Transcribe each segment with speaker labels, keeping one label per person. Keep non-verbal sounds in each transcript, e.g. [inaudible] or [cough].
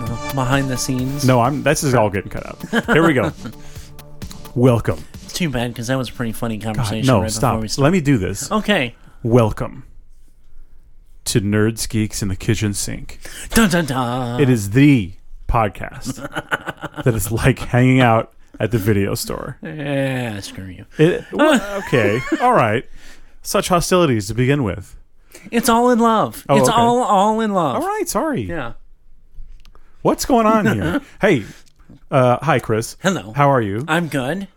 Speaker 1: behind the scenes?
Speaker 2: No, I'm. This is all getting cut out. Here
Speaker 1: [laughs]
Speaker 2: we go. Welcome.
Speaker 1: It's too bad because that was a pretty funny
Speaker 2: God,
Speaker 1: conversation.
Speaker 2: no,
Speaker 1: right
Speaker 2: stop.
Speaker 1: Before we started.
Speaker 2: Let me do this.
Speaker 1: Okay.
Speaker 2: Welcome to Nerds, Geeks, and the Kitchen Sink.
Speaker 1: Dun dun dun.
Speaker 2: It is the
Speaker 1: [laughs]
Speaker 2: podcast that is like hanging out at the video store.
Speaker 1: yeah, screw you. [laughs]
Speaker 2: It, wha- okay, all right. Such hostilities to begin with.
Speaker 1: It's all in love.
Speaker 2: Oh,
Speaker 1: it's
Speaker 2: okay.
Speaker 1: all all in love.
Speaker 2: All right, sorry.
Speaker 1: Yeah.
Speaker 2: What's going on
Speaker 1: [laughs]
Speaker 2: here? hey, uh, hi, Chris.
Speaker 1: Hello.
Speaker 2: How are you?
Speaker 1: I'm good.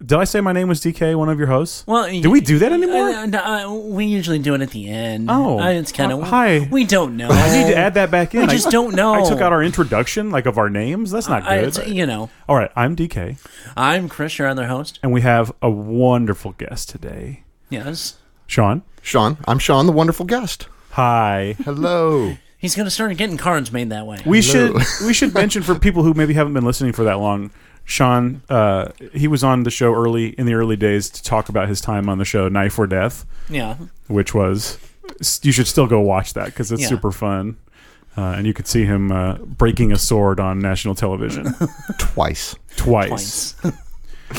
Speaker 2: Did I say my name was DK, one of your hosts?
Speaker 1: Well,
Speaker 2: do we do that anymore?
Speaker 1: Uh, no, uh, we usually do it at the end.
Speaker 2: Oh.
Speaker 1: Uh, it's kind of
Speaker 2: Uh, hi.
Speaker 1: We
Speaker 2: [laughs]
Speaker 1: don't know.
Speaker 2: I need to add that back in.
Speaker 1: I just don't know.
Speaker 2: I took out our introduction, like of our names. That's not
Speaker 1: I,
Speaker 2: good.
Speaker 1: it's, you know,
Speaker 2: All right, I'm DK,
Speaker 1: I'm Chris, your other host.
Speaker 2: and we have a wonderful guest today,
Speaker 1: Yes,
Speaker 2: Sean.
Speaker 3: Sean, I'm Sean, the wonderful guest.
Speaker 2: Hi.
Speaker 3: Hello.
Speaker 1: he's gonna start getting cards made that way.
Speaker 2: We should we should mention for people who maybe haven't been listening for that long, Sean. Uh, he was on the show early in the early days to talk about his time on the show Knife or Death,
Speaker 1: yeah,
Speaker 2: which was you should still go watch that because it's
Speaker 1: Yeah.
Speaker 2: super fun. Uh, and you could see him uh, breaking a sword on
Speaker 1: [laughs]
Speaker 2: national television
Speaker 3: Twice.
Speaker 2: twice.
Speaker 1: points.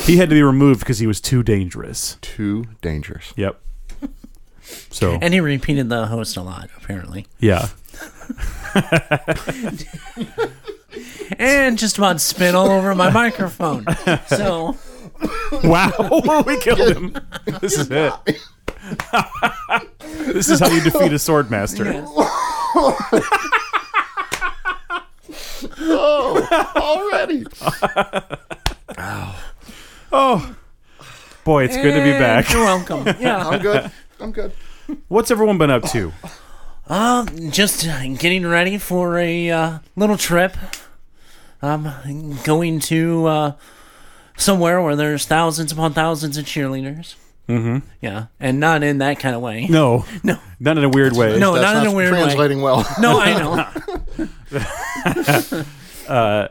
Speaker 2: He had to be removed because he was too dangerous.
Speaker 3: Too dangerous.
Speaker 2: Yep. So
Speaker 1: [laughs] and he repeated the host a lot, apparently.
Speaker 2: yeah,
Speaker 1: and just about spit all over
Speaker 2: [laughs]
Speaker 1: my microphone. So [laughs]
Speaker 2: wow, [laughs] we killed him. This is it. [laughs] this is how you defeat a sword master.
Speaker 3: Oh, already.
Speaker 2: Oh, boy, it's good to be back.
Speaker 1: You're welcome. Yeah,
Speaker 3: I'm good. I'm good.
Speaker 2: What's everyone been up to?
Speaker 1: um, just getting ready for a uh, little trip. I'm going to uh, somewhere where there's thousands upon thousands of cheerleaders. Mm-hmm. Yeah, and not in that kind of way.
Speaker 2: No,
Speaker 1: No.
Speaker 2: not in a weird way.
Speaker 1: No,
Speaker 3: That's
Speaker 1: not, in a weird way.
Speaker 3: translating well.
Speaker 1: No, [laughs] I know.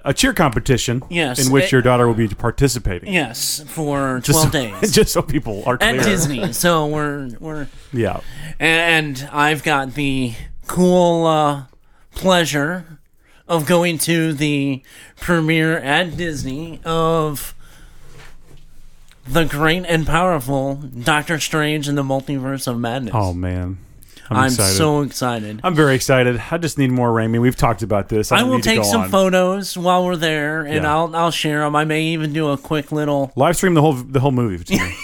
Speaker 2: a cheer competition.
Speaker 1: Yes,
Speaker 2: in which
Speaker 1: it-
Speaker 2: your daughter will be participating.
Speaker 1: yes, for
Speaker 2: Just
Speaker 1: twelve
Speaker 2: so,
Speaker 1: days
Speaker 2: [laughs] Just so people are
Speaker 1: at
Speaker 2: clear.
Speaker 1: Disney. So we're we're
Speaker 2: Yeah.
Speaker 1: and I've got the cool uh, pleasure of going to the premiere at Disney of the great and powerful Doctor Strange and the Multiverse of Madness.
Speaker 2: Oh man, I'm,
Speaker 1: I'm
Speaker 2: excited.
Speaker 1: so excited.
Speaker 2: I'm very excited. I just need more Raimi. We've talked about this. I,
Speaker 1: I
Speaker 2: don't
Speaker 1: will
Speaker 2: need to
Speaker 1: take
Speaker 2: go
Speaker 1: some
Speaker 2: on.
Speaker 1: photos while we're there, and
Speaker 2: Yeah.
Speaker 1: I'll I'll share them. I may even do a quick little.
Speaker 2: Live stream the whole the whole
Speaker 1: [laughs]
Speaker 2: movie to me,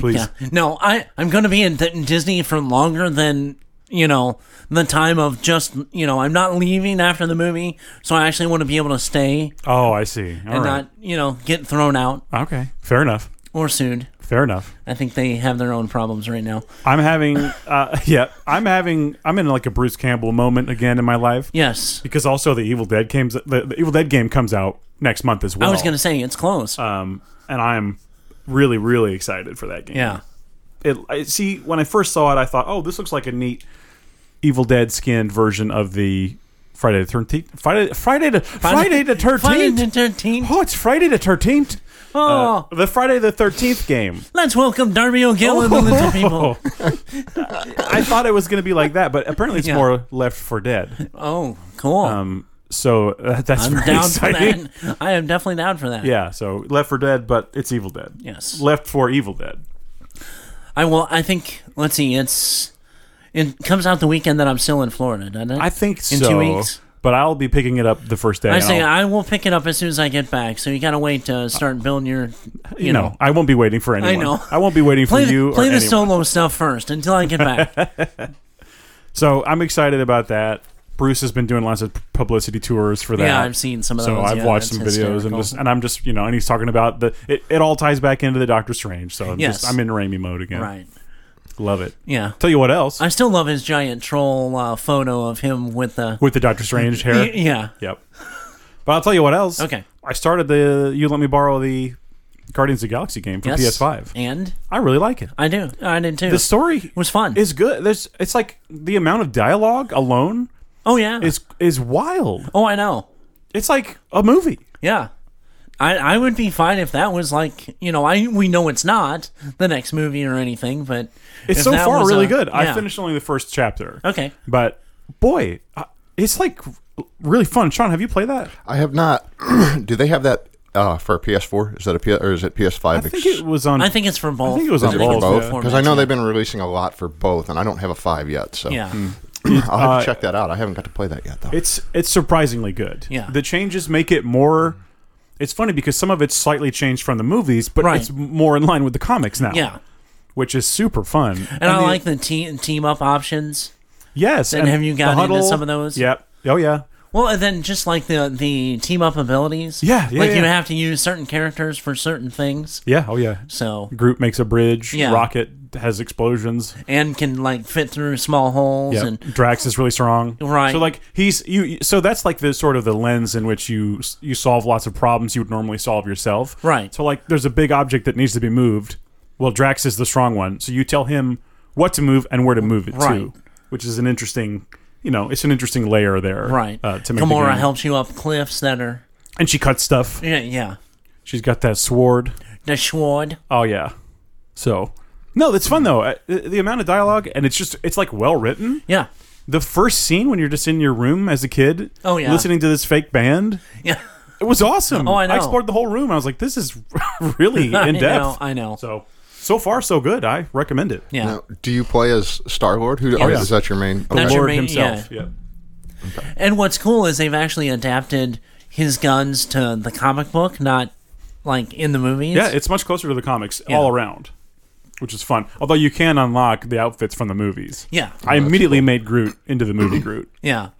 Speaker 2: please.
Speaker 1: Yeah. No, I I'm going to be in, in Disney for longer than you know the time of just you know I'm not leaving after the movie, so I actually want to be able to stay
Speaker 2: Oh, I see. All
Speaker 1: and
Speaker 2: right.
Speaker 1: not you know get thrown out
Speaker 2: okay, fair enough.
Speaker 1: or sued.
Speaker 2: Fair enough.
Speaker 1: I think they have their own problems right now.
Speaker 2: I'm having, uh, [laughs] yeah, I'm having, I'm in like a Bruce Campbell moment again in my life
Speaker 1: Yes,
Speaker 2: because also the Evil Dead games, the, the Evil Dead game comes out next month as well.
Speaker 1: I was going to say it's close.
Speaker 2: um, and I'm really, really excited for that game.
Speaker 1: yeah,
Speaker 2: It, I see. When I first saw it, I thought, oh, this looks like a neat Evil Dead skinned version of the Friday the Thirteenth, Friday, Friday the Friday the
Speaker 1: Friday the
Speaker 2: Thirteenth.
Speaker 1: Thirteenth.
Speaker 2: Oh, it's Friday the Thirteenth.
Speaker 1: Oh,
Speaker 2: Uh, The Friday the Thirteenth game.
Speaker 1: let's welcome Darby O'Gill and the
Speaker 2: Oh.
Speaker 1: Little People.
Speaker 2: [laughs] I thought it was going to be like that, but apparently it's
Speaker 1: Yeah.
Speaker 2: more Left for Dead.
Speaker 1: Oh, cool.
Speaker 2: Um, so uh, that's
Speaker 1: I'm
Speaker 2: very
Speaker 1: down
Speaker 2: exciting.
Speaker 1: for that. I am definitely down for that.
Speaker 2: Yeah, so Left for Dead, but it's Evil Dead.
Speaker 1: Yes.
Speaker 2: Left for Evil Dead.
Speaker 1: I will. I think. Let's see. It's it comes out the weekend that I'm still in Florida, doesn't it?
Speaker 2: I think
Speaker 1: in
Speaker 2: so.
Speaker 1: two weeks.
Speaker 2: But I'll be picking it up the first day.
Speaker 1: I
Speaker 2: and
Speaker 1: say uh,
Speaker 2: I'll-
Speaker 1: I will pick it up as soon as I get back. So you gotta wait
Speaker 2: Uh,
Speaker 1: to start building your, you,
Speaker 2: you know, I won't be waiting for anyone.
Speaker 1: know.
Speaker 2: I won't be waiting for
Speaker 1: play the,
Speaker 2: you or
Speaker 1: play the
Speaker 2: anyone.
Speaker 1: solo stuff first until I get
Speaker 2: [laughs]
Speaker 1: back.
Speaker 2: So I'm excited about that. Bruce has been doing lots of publicity tours for that.
Speaker 1: Yeah, I've seen some of
Speaker 2: So
Speaker 1: those.
Speaker 2: I've
Speaker 1: Yeah,
Speaker 2: watched
Speaker 1: that's
Speaker 2: some videos and
Speaker 1: hysterical.
Speaker 2: just and I'm just you know and he's talking about the it, it all ties back into the Doctor Strange. So I'm
Speaker 1: Yes.
Speaker 2: just I'm in Raimi mode again.
Speaker 1: right.
Speaker 2: Love it.
Speaker 1: Yeah.
Speaker 2: Tell you what else
Speaker 1: I still love his giant troll uh, photo of him with the.
Speaker 2: with the
Speaker 1: [laughs]
Speaker 2: Doctor Strange hair.
Speaker 1: Y- yeah.
Speaker 2: Yep. But I'll tell you what else.
Speaker 1: Okay.
Speaker 2: I started the you let me borrow the Guardians of the Galaxy game for
Speaker 1: Yes.
Speaker 2: PS5.
Speaker 1: And
Speaker 2: I really like it.
Speaker 1: I do. I did too.
Speaker 2: The story
Speaker 1: it was fun.
Speaker 2: is good. There's it's like the amount of dialogue alone
Speaker 1: oh yeah.
Speaker 2: is is wild.
Speaker 1: oh, I know.
Speaker 2: It's like a movie.
Speaker 1: Yeah. I, I would be fine if that was like you know I we know it's not the next movie or anything but
Speaker 2: It's
Speaker 1: if
Speaker 2: so
Speaker 1: that
Speaker 2: far
Speaker 1: was
Speaker 2: really
Speaker 1: a-
Speaker 2: good. I
Speaker 1: yeah.
Speaker 2: finished only the first chapter.
Speaker 1: okay
Speaker 2: But boy, I- uh, it's like really fun. Sean, have you played that?
Speaker 3: I have not. [clears throat] Do they have that uh, for PS4? Is that a P- or is it PS5?
Speaker 2: I think it was on.
Speaker 1: I think it's for both.
Speaker 2: think it was
Speaker 1: I
Speaker 2: on
Speaker 1: it's
Speaker 2: both,
Speaker 1: for
Speaker 2: yeah.
Speaker 1: both
Speaker 3: Because I know
Speaker 1: formats,
Speaker 3: they've been releasing a lot for both, and I don't have a five yet, so
Speaker 1: Yeah. Yeah.
Speaker 3: I'll have
Speaker 2: Uh,
Speaker 3: to check that out. I haven't got to play that yet, though.
Speaker 2: It's it's surprisingly good.
Speaker 1: Yeah.
Speaker 2: The changes make it more. It's funny because some of it's slightly changed from the movies, but
Speaker 1: Right.
Speaker 2: it's more in line with the comics now.
Speaker 1: Yeah.
Speaker 2: Which is super fun.
Speaker 1: And I like the team team up options.
Speaker 2: Yes.
Speaker 1: And have you
Speaker 2: the
Speaker 1: gotten into
Speaker 2: huddle-
Speaker 1: some of those?
Speaker 2: Yep. Oh yeah.
Speaker 1: Well, and then just like the the team up abilities.
Speaker 2: Yeah, yeah,
Speaker 1: like you
Speaker 2: yeah.
Speaker 1: have to use certain characters for certain things.
Speaker 2: Yeah. Oh yeah.
Speaker 1: So
Speaker 2: Group makes a bridge.
Speaker 1: Yeah.
Speaker 2: Rocket has explosions.
Speaker 1: and can like fit through small holes
Speaker 2: Yeah.
Speaker 1: and
Speaker 2: Drax is really strong.
Speaker 1: Right.
Speaker 2: So like he's you. So that's like the sort of the lens in which you you solve lots of problems you would normally solve yourself.
Speaker 1: Right.
Speaker 2: So like there's a big object that needs to be moved. Well, Drax is the strong one, so you tell him what to move and where to move it
Speaker 1: Right.
Speaker 2: to, which is an interesting. You know, it's an interesting layer there.
Speaker 1: right.
Speaker 2: Uh, to make the
Speaker 1: Gamora
Speaker 2: game.
Speaker 1: helps you up cliffs that are
Speaker 2: and she cuts stuff.
Speaker 1: yeah yeah
Speaker 2: She's got that sword.
Speaker 1: the sword.
Speaker 2: Oh yeah. So no, it's fun though. Uh, The the amount of dialogue and it's just it's like well written.
Speaker 1: Yeah
Speaker 2: The first scene when you're just in your room as a kid,
Speaker 1: Oh, yeah.
Speaker 2: listening to this fake band,
Speaker 1: yeah.
Speaker 2: it was awesome.
Speaker 1: Oh, I know.
Speaker 2: explored the whole room. I was like, this is [laughs]
Speaker 1: [laughs]
Speaker 2: really
Speaker 1: I
Speaker 2: in
Speaker 1: know,
Speaker 2: depth.
Speaker 1: I know.
Speaker 2: So so far so good. I recommend it.
Speaker 1: Yeah.
Speaker 3: Now, do you play as Star Lord? Who or
Speaker 1: Yes.
Speaker 3: is that your main?
Speaker 1: That's
Speaker 3: okay.
Speaker 1: your
Speaker 2: Lord
Speaker 1: main-
Speaker 2: himself. Yeah.
Speaker 1: And what's cool is they've actually adapted his guns to the comic book, not like in the movies.
Speaker 2: yeah, it's much closer to the comics all around, which is fun. Although you can unlock the outfits from the movies.
Speaker 1: yeah,
Speaker 2: I immediately made Groot into the movie Groot.
Speaker 1: yeah.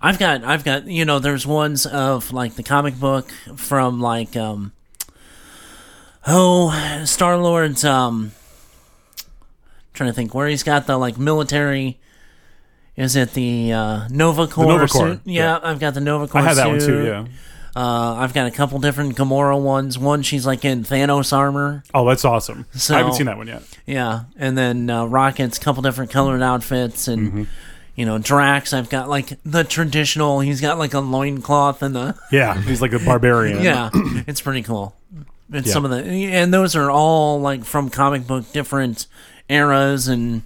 Speaker 1: I've got, I've got, you know, there's ones of like the comic book from like, um, oh, Star Lord's, um, trying to think where he's got the like military. Is it the uh, Nova Corps?
Speaker 2: Nova Corps,
Speaker 1: suit? Yeah, I've got the Nova Corps.
Speaker 2: I had that one too.
Speaker 1: suit.
Speaker 2: Yeah.
Speaker 1: Uh, I've got a couple different Gamora ones. One she's like in Thanos armor.
Speaker 2: Oh, that's awesome.
Speaker 1: So-
Speaker 2: I haven't seen that one yet.
Speaker 1: Yeah, and then uh, Rocket's couple different colored outfits, and
Speaker 2: Mm-hmm.
Speaker 1: you know Drax. I've got like the traditional. He's got like a loincloth and the
Speaker 2: Yeah, he's like a
Speaker 1: [laughs]
Speaker 2: barbarian. [coughs]
Speaker 1: yeah. it's pretty cool. It's
Speaker 2: Yeah.
Speaker 1: some of the and those are all like from comic book different eras and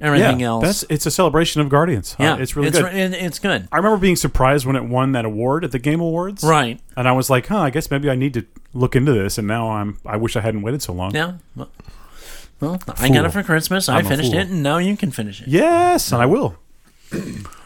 Speaker 2: yeah.
Speaker 1: everything else.
Speaker 2: That's it's a celebration of Guardians. Uh,
Speaker 1: yeah,
Speaker 2: it's really good.
Speaker 1: re- it- it's good.
Speaker 2: I remember being surprised when it won that award at the Game Awards.
Speaker 1: Right.
Speaker 2: And I was like, huh, I guess maybe I need to look into this. And now I'm. I wish I hadn't waited so long.
Speaker 1: Yeah. Well, well, I got it for
Speaker 2: Fool.
Speaker 1: Christmas.
Speaker 2: I'm
Speaker 1: I
Speaker 2: a
Speaker 1: finished
Speaker 2: fool.
Speaker 1: it, and now you can finish it.
Speaker 2: Yes, and I will. [clears throat]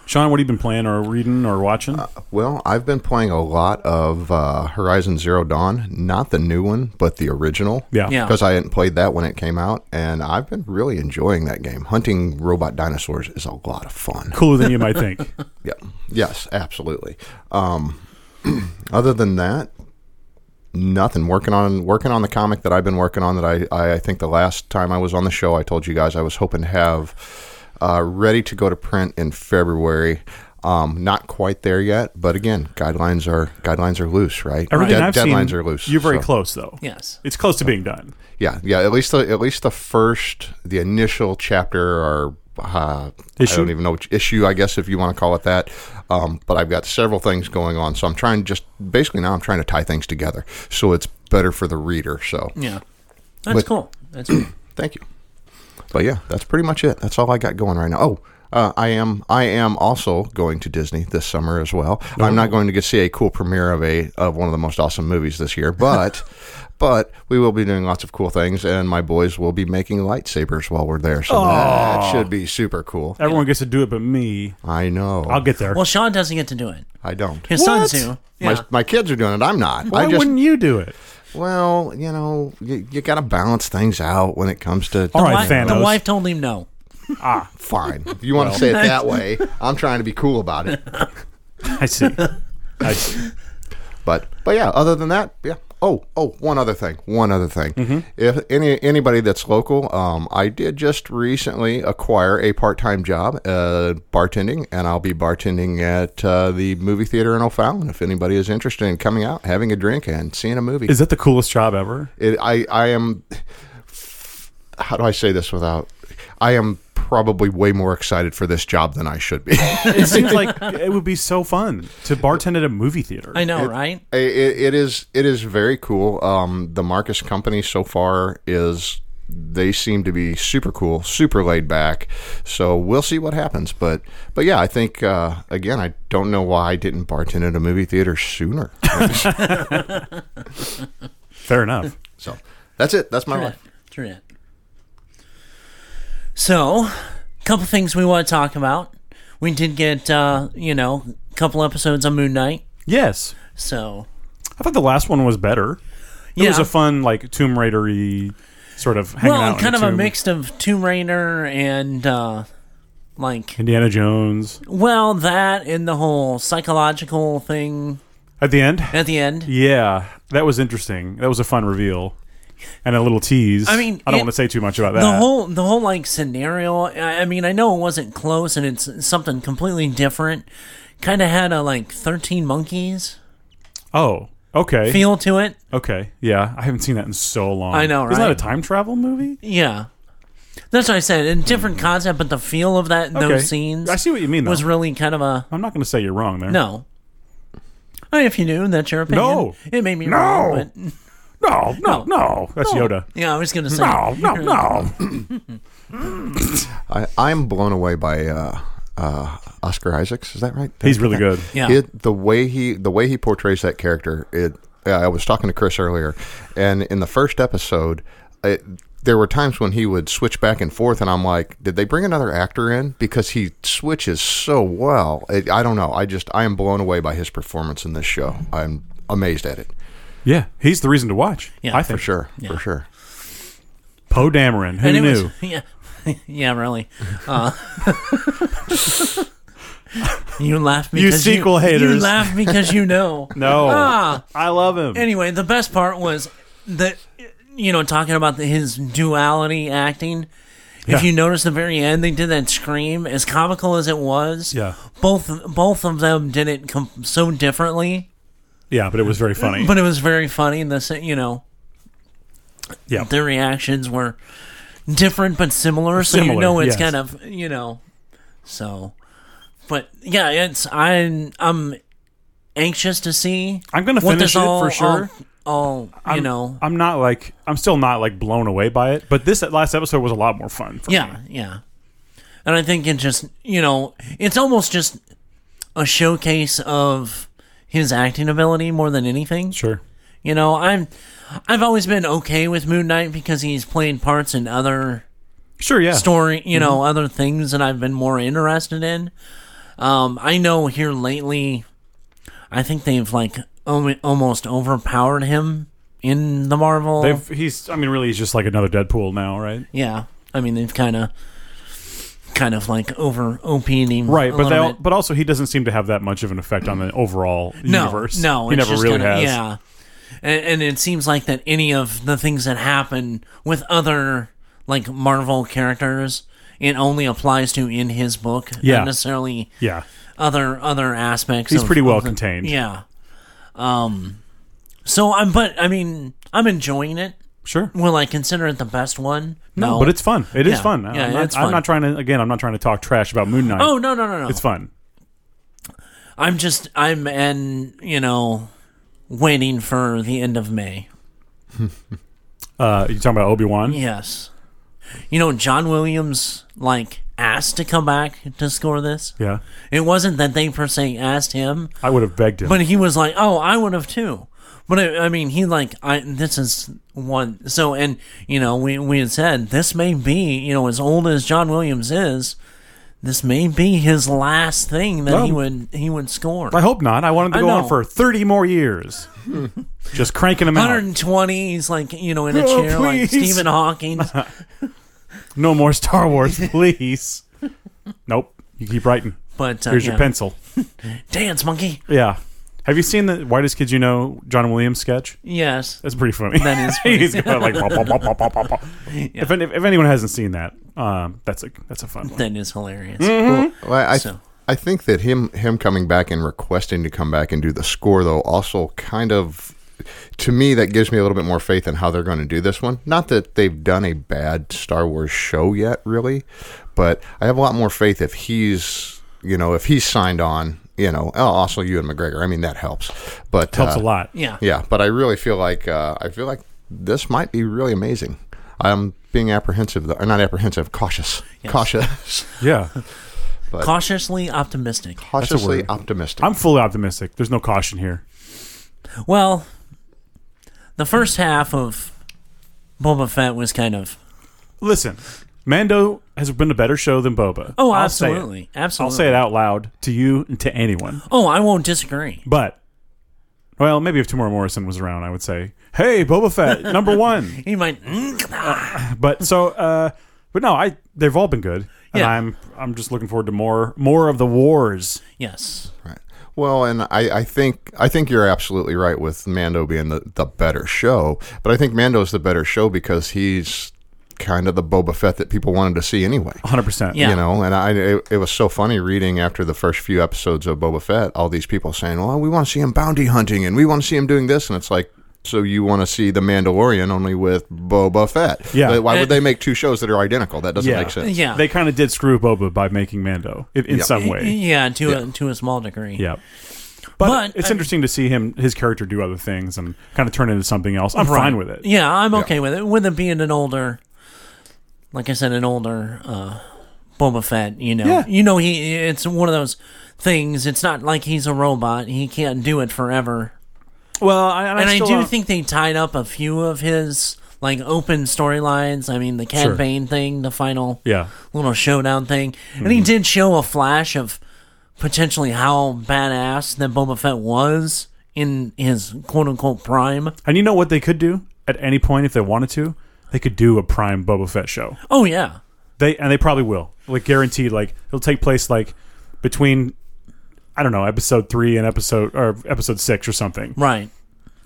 Speaker 2: Sean, what have you been playing or reading or watching?
Speaker 3: Uh, Well, I've been playing a lot of uh, Horizon Zero Dawn, not the new one, but the original.
Speaker 2: yeah.
Speaker 1: Yeah.
Speaker 3: Because I hadn't played that when it came out, and I've been really enjoying that game. Hunting robot dinosaurs is a lot of fun.
Speaker 2: Cooler than you might
Speaker 3: [laughs]
Speaker 2: think.
Speaker 3: Yeah. Yes, absolutely. Um, [clears throat] other than that, nothing. Working on working on the comic that I've been working on. That I, I I think the last time I was on the show, I told you guys I was hoping to have uh, ready to go to print in February. Um, not quite there yet, but again, guidelines are guidelines are loose, right?
Speaker 2: Everything
Speaker 3: Dead-
Speaker 2: I've
Speaker 3: deadlines
Speaker 2: seen,
Speaker 3: are loose.
Speaker 2: You're very
Speaker 3: so-
Speaker 2: close, though.
Speaker 1: Yes.
Speaker 2: It's close to being done.
Speaker 3: Yeah, yeah. At least the at least the first, the initial chapter or uh, I
Speaker 2: Issue?
Speaker 3: don't even know which issue. I guess if you want to call it that. Um, but I've got several things going on, so I'm trying just basically now I'm trying to tie things together, so it's better for the reader. So
Speaker 1: Yeah. That's
Speaker 3: But-
Speaker 1: cool. That's cool.
Speaker 3: thank you. But yeah, that's pretty much it. That's all I got going right now. Oh. Uh, I am. I am also going to Disney this summer as well. I'm not going to get see a cool premiere of a of one of the most awesome movies this year, but but we will be doing lots of cool things, and my boys will be making lightsabers while we're there. So that should be super cool.
Speaker 2: Everyone gets to do it but me.
Speaker 3: I know.
Speaker 2: I'll get there.
Speaker 1: Well, Sean doesn't get to do it.
Speaker 3: I don't.
Speaker 1: His
Speaker 2: What?
Speaker 1: sons do. Yeah.
Speaker 3: My, my kids are doing it. I'm not.
Speaker 2: Why
Speaker 3: I just
Speaker 2: wouldn't you do it?
Speaker 3: well, you know, you, you got to balance things out when it comes to
Speaker 2: All
Speaker 1: Wi-
Speaker 2: right, Thanos.
Speaker 1: The wife told him no.
Speaker 3: fine. If you want to say it that way, I'm trying to be cool about it.
Speaker 1: [laughs]
Speaker 2: I see. I see.
Speaker 3: But but yeah, other than that, yeah. Oh oh, one other thing. One other thing. If any anybody that's local, um, I did just recently acquire a part time job, uh, bartending, and I'll be bartending at uh, the movie theater in O'Fallon. If anybody is interested in coming out, having a drink, and seeing a movie,
Speaker 2: Is that the coolest job ever?
Speaker 3: it, I I am. How do I say this without? I am probably way more excited for this job than I should be. [laughs]
Speaker 2: It seems like it would be so fun to bartend at a movie theater.
Speaker 1: I know, right?
Speaker 3: I- it, it is it is very cool. Um, the Marcus Company so far is they seem to be super cool, super laid back. So we'll see what happens. But but yeah, I think uh, again, I don't know why I didn't bartend at a movie theater sooner. [laughs]
Speaker 1: [laughs]
Speaker 2: Fair enough.
Speaker 3: so that's it. That's my
Speaker 1: True it.
Speaker 3: life.
Speaker 1: True it. So, couple things we want to talk about. We did get, uh, you know, a couple episodes on Moon Knight.
Speaker 2: Yes.
Speaker 1: So,
Speaker 2: I thought the last one was better. It
Speaker 1: yeah.
Speaker 2: was a fun, like, Tomb Raider sort of hanging out.
Speaker 1: well,
Speaker 2: in
Speaker 1: kind of a
Speaker 2: tomb.
Speaker 1: mix of Tomb Raider and, uh, like,
Speaker 2: Indiana Jones.
Speaker 1: well, that and the whole psychological thing
Speaker 2: At the end?
Speaker 1: at the end.
Speaker 2: Yeah. That was interesting. That was a fun reveal. And a little tease.
Speaker 1: I mean,
Speaker 2: I don't
Speaker 1: it-
Speaker 2: want to say too much about that.
Speaker 1: the whole the whole like scenario I, I mean i know it wasn't close and it's something completely different kind of had a like 13 monkeys
Speaker 2: oh, okay.
Speaker 1: feel to it
Speaker 2: okay. Yeah. I haven't seen that in so long.
Speaker 1: I know,
Speaker 2: Isn't that
Speaker 1: right?
Speaker 2: a time travel movie?
Speaker 1: yeah that's what i said a different concept but the feel of that
Speaker 2: Okay.
Speaker 1: those scenes
Speaker 2: I see what you mean, though.
Speaker 1: was really kind of a
Speaker 2: I'm not going to say you're wrong there.
Speaker 1: no I mean, if you knew that's your opinion
Speaker 2: No.
Speaker 1: it made me
Speaker 2: No.
Speaker 1: wrong, but-
Speaker 2: No,
Speaker 1: No.
Speaker 2: no, no. That's Yoda.
Speaker 1: yeah i was gonna say
Speaker 2: No, no,
Speaker 1: [laughs]
Speaker 2: no.
Speaker 3: I I'm blown away by uh, uh, Oscar Isaacs. Is that right?
Speaker 2: He's really good.
Speaker 1: yeah
Speaker 3: It, the way he the way he portrays that character, it. yeah, I was talking to Chris earlier, and in the first episode, it, there were times when he would switch back and forth, and I'm like, did they bring another actor in because he switches so well? It, I don't know. I just I am blown away by his performance in this show. I'm amazed at it
Speaker 2: Yeah, he's the reason to watch.
Speaker 1: Yeah.
Speaker 2: I think.
Speaker 3: for sure, for sure.
Speaker 2: Poe Dameron. Who
Speaker 1: and it
Speaker 2: knew?
Speaker 1: was [laughs] yeah yeah really uh, [laughs] you laugh because
Speaker 2: You sequel haters.
Speaker 1: you laugh because you know
Speaker 2: [laughs] No,
Speaker 1: Ah.
Speaker 2: I love him.
Speaker 1: anyway, the best part was that you know talking about the, his duality acting.
Speaker 2: Yeah.
Speaker 1: If you notice the very end, they did that scream. As comical as it was,
Speaker 2: Yeah.
Speaker 1: both both of them did it com- so differently,
Speaker 2: yeah, but it was very funny.
Speaker 1: but it was very funny. And the sa- you know
Speaker 2: yeah,
Speaker 1: their reactions were different but similar, so
Speaker 2: Similar,
Speaker 1: you know it's
Speaker 2: yes.
Speaker 1: kind of you know so. But yeah, it's I'm I'm anxious to see.
Speaker 2: I'm gonna
Speaker 1: what
Speaker 2: finish
Speaker 1: this
Speaker 2: it
Speaker 1: all,
Speaker 2: for sure.
Speaker 1: All, all you know,
Speaker 2: I'm not like I'm still not like blown away by it, but this last episode was a lot more fun. For
Speaker 1: Yeah,
Speaker 2: me.
Speaker 1: yeah. And I think it just, you know, it's almost just a showcase of his acting ability more than anything.
Speaker 2: sure.
Speaker 1: You know, I'm I've always been okay with Moon Knight because he's played parts in other
Speaker 2: Sure,
Speaker 1: [laughs]
Speaker 2: yeah.
Speaker 1: story, you know,
Speaker 2: Mm-hmm.
Speaker 1: other things that I've been more interested in. Um, I know here lately, I think they've like om- almost overpowered him in the Marvel.
Speaker 2: They've, he's. I mean, really, he's just like another Deadpool now, right?
Speaker 1: Yeah, I mean they've kind of, kind of like over oping him,
Speaker 2: Right,
Speaker 1: a
Speaker 2: but they
Speaker 1: little
Speaker 2: all,
Speaker 1: bit.
Speaker 2: but also he doesn't seem to have that much of an effect on the overall
Speaker 1: no,
Speaker 2: universe.
Speaker 1: no,
Speaker 2: he
Speaker 1: it's
Speaker 2: never
Speaker 1: just
Speaker 2: really
Speaker 1: kinda-
Speaker 2: has.
Speaker 1: Yeah, and, and it seems like that any of the things that happen with other like Marvel characters, it only applies to in his book,
Speaker 2: Yeah.
Speaker 1: not necessarily
Speaker 2: yeah.
Speaker 1: other other aspects.
Speaker 2: He's
Speaker 1: of-
Speaker 2: pretty well
Speaker 1: of the-
Speaker 2: contained.
Speaker 1: Yeah. Um. So I'm, but I mean, I'm enjoying it.
Speaker 2: Sure.
Speaker 1: Will I consider it the best one?
Speaker 2: No,
Speaker 1: No,
Speaker 2: but it's fun. It is
Speaker 1: Yeah.
Speaker 2: fun.
Speaker 1: Yeah,
Speaker 2: I'm, not,
Speaker 1: it's
Speaker 2: I'm
Speaker 1: fun.
Speaker 2: not trying to again. I'm not trying to talk trash about Moon Knight.
Speaker 1: Oh no no no no!
Speaker 2: it's fun.
Speaker 1: I'm just I'm and you know waiting for the end of May.
Speaker 2: Uh, you talking about Obi Wan?
Speaker 1: Yes. You know John Williams like asked to come back to score this.
Speaker 2: Yeah.
Speaker 1: It wasn't that they per se asked him,
Speaker 2: I would have begged him.
Speaker 1: but he was like, "Oh, I would have too." But I, I mean, he like I this is one so and you know we we had said this may be you know as old as John Williams is, this may be his last thing that he
Speaker 2: Well,
Speaker 1: would he would score.
Speaker 2: I hope not. I want him to
Speaker 1: I
Speaker 2: go
Speaker 1: know.
Speaker 2: on for 30 more
Speaker 1: [laughs]
Speaker 2: years. Just cranking him out.
Speaker 1: 120. He's like, you know, in a
Speaker 2: Oh,
Speaker 1: chair, like
Speaker 2: please.
Speaker 1: Stephen
Speaker 2: [laughs]
Speaker 1: Hawking.
Speaker 2: No more Star Wars, [laughs] please. nope. You keep writing.
Speaker 1: But uh,
Speaker 2: Here's
Speaker 1: yeah.
Speaker 2: your pencil.
Speaker 1: Dance monkey.
Speaker 2: Yeah. Have you seen the Whitest Kids You Know John Williams sketch?
Speaker 1: Yes.
Speaker 2: That's pretty funny.
Speaker 1: That
Speaker 2: [laughs]
Speaker 1: is funny.
Speaker 2: He's got like, pop, pop, pop, pop,
Speaker 1: [laughs]
Speaker 2: pop, pop. If, any- if anyone hasn't seen that, um, that's a that's
Speaker 1: [laughs]
Speaker 2: a fun one.
Speaker 1: That is hilarious.
Speaker 2: mm-hmm.
Speaker 3: Well, I,
Speaker 1: So-
Speaker 3: I think that him him coming back and requesting to come back and do the score though also kind of to me that gives me a little bit more faith in how they're going to do this one. Not that they've done a bad Star Wars show yet, really, but I have a lot more faith if he's you know if he's signed on. You know, oh, also you and McGregor. I mean that helps, but
Speaker 2: Helps a
Speaker 3: uh,
Speaker 2: lot.
Speaker 1: Yeah.
Speaker 3: Yeah, but I really feel like uh, I feel like this might be really amazing. I'm being apprehensive, though, or not apprehensive, cautious,
Speaker 2: [laughs]
Speaker 3: cautious,
Speaker 2: Yeah,
Speaker 1: Cautiously optimistic.
Speaker 3: cautiously
Speaker 2: word.
Speaker 3: optimistic.
Speaker 2: I'm fully optimistic. There's no caution here.
Speaker 1: Well, the first half of Boba Fett was kind of
Speaker 2: Listen, Mando has been a better show than Boba.
Speaker 1: oh,
Speaker 2: I'll say it.
Speaker 1: absolutely, absolutely.
Speaker 2: I'll say it out loud to you and to anyone.
Speaker 1: Oh, I won't disagree.
Speaker 2: But well, maybe if Tamora Morrison was around, I would say, "Hey, Boba
Speaker 1: [laughs]
Speaker 2: Fett, number one."
Speaker 1: He might. mm,
Speaker 2: But so, uh, but no, I they've all been good, and
Speaker 1: Yeah.
Speaker 2: I'm I'm just looking forward to more more of the wars.
Speaker 1: Yes.
Speaker 3: Right. Well, and I, I think I think you're absolutely right with Mando being the, the better show, but I think Mando's the better show because he's kind of the Boba Fett that people wanted to see anyway.
Speaker 2: 100. percent
Speaker 1: Yeah.
Speaker 3: You know, and I it, it was so funny reading after the first few episodes of Boba Fett, all these people saying, "Well, we want to see him bounty hunting, and we want to see him doing this," and it's like, so you want to see the Mandalorian only with Boba Fett?
Speaker 2: Yeah.
Speaker 3: Like, Why
Speaker 1: And-
Speaker 3: would they make two shows that are identical? That doesn't
Speaker 2: Yeah.
Speaker 3: make sense.
Speaker 1: Yeah.
Speaker 2: They kind of did screw Boba by making Mando in, in
Speaker 3: Yeah.
Speaker 2: some
Speaker 1: [laughs]
Speaker 2: way.
Speaker 1: Yeah, to a to a small degree.
Speaker 2: Yeah. But,
Speaker 1: But,
Speaker 2: it's
Speaker 1: I-
Speaker 2: interesting to see him his character do other things and kind of turn into something else. I'm fine with it.
Speaker 1: Yeah, I'm okay with it. With it being an older, like I said, an older uh, Boba Fett. You know,
Speaker 2: Yeah.
Speaker 1: you know, he. It's one of those things. It's not like he's a robot. He can't do it forever.
Speaker 2: Well, I, and,
Speaker 1: And
Speaker 2: I,
Speaker 1: I
Speaker 2: still
Speaker 1: do
Speaker 2: don't-
Speaker 1: think they tied up a few of his like open storylines. I mean, the Cad
Speaker 2: Sure.
Speaker 1: Bane thing, the final
Speaker 2: Yeah.
Speaker 1: little showdown thing, and
Speaker 3: Mm-hmm.
Speaker 1: he did show a flash of potentially how badass that Boba Fett was in his quote unquote prime.
Speaker 2: And you know what they could do at any point if they wanted to? They could do a prime Boba Fett show.
Speaker 1: Oh yeah,
Speaker 2: They and they probably will. Like guaranteed like it'll take place like between I don't know, episode 3 and episode or episode 6 or something.
Speaker 1: right.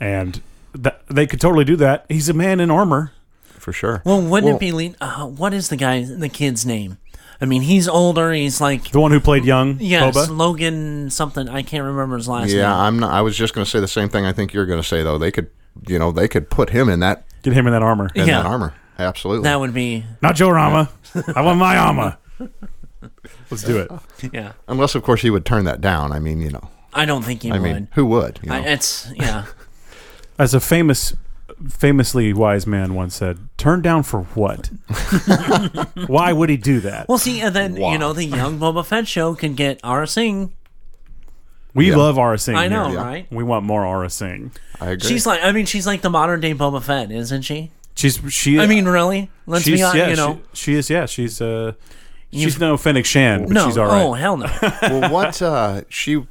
Speaker 2: And that they could totally do that. He's a man in armor.
Speaker 3: for sure.
Speaker 1: Well, wouldn't
Speaker 3: Well-
Speaker 1: it be? Le- uh, what is the guy, the kid's name? I mean, he's older. He's like
Speaker 2: The one who played young
Speaker 1: yes,
Speaker 2: Boba.
Speaker 1: Logan something. I can't remember his last
Speaker 3: Yeah,
Speaker 1: name.
Speaker 3: I'm not. I was just going to say the same thing. I think you're going to say though. They could, you know, they could put him in that
Speaker 2: Get him in that armor.
Speaker 3: in
Speaker 1: Yeah.
Speaker 3: that armor. Absolutely.
Speaker 1: That would be
Speaker 2: Not Joe Rama. I want my Rama. Let's do it.
Speaker 1: yeah.
Speaker 3: Unless, of course, he would turn that down. I mean, you know,
Speaker 1: I don't think he
Speaker 3: I
Speaker 1: would.
Speaker 3: mean, who would? You know?
Speaker 1: I, it's yeah.
Speaker 2: As a famous, famously wise man once said, "Turn down for
Speaker 1: [laughs]
Speaker 2: what? Why would he do that?
Speaker 1: Well, see, and then
Speaker 3: Wow.
Speaker 1: you know the young Boba Fett show can get Ara Singh.
Speaker 2: we
Speaker 3: Yeah.
Speaker 2: love Ara Singh.
Speaker 1: I
Speaker 2: here.
Speaker 1: know,
Speaker 3: Yeah.
Speaker 1: right?
Speaker 2: We want more Ara Singh.
Speaker 3: I agree.
Speaker 1: She's like, I mean, she's like the modern day Boba Fett, isn't she?
Speaker 2: She's she.
Speaker 1: I mean, really? Let's
Speaker 2: she's
Speaker 1: be honest.
Speaker 2: yeah,
Speaker 1: you know,
Speaker 2: she, she is. Yeah, she's uh, she's no Fennec Shan, but
Speaker 1: no.
Speaker 2: she's all
Speaker 1: Oh
Speaker 2: right.
Speaker 1: hell no.
Speaker 2: [laughs]
Speaker 3: well, what uh, she?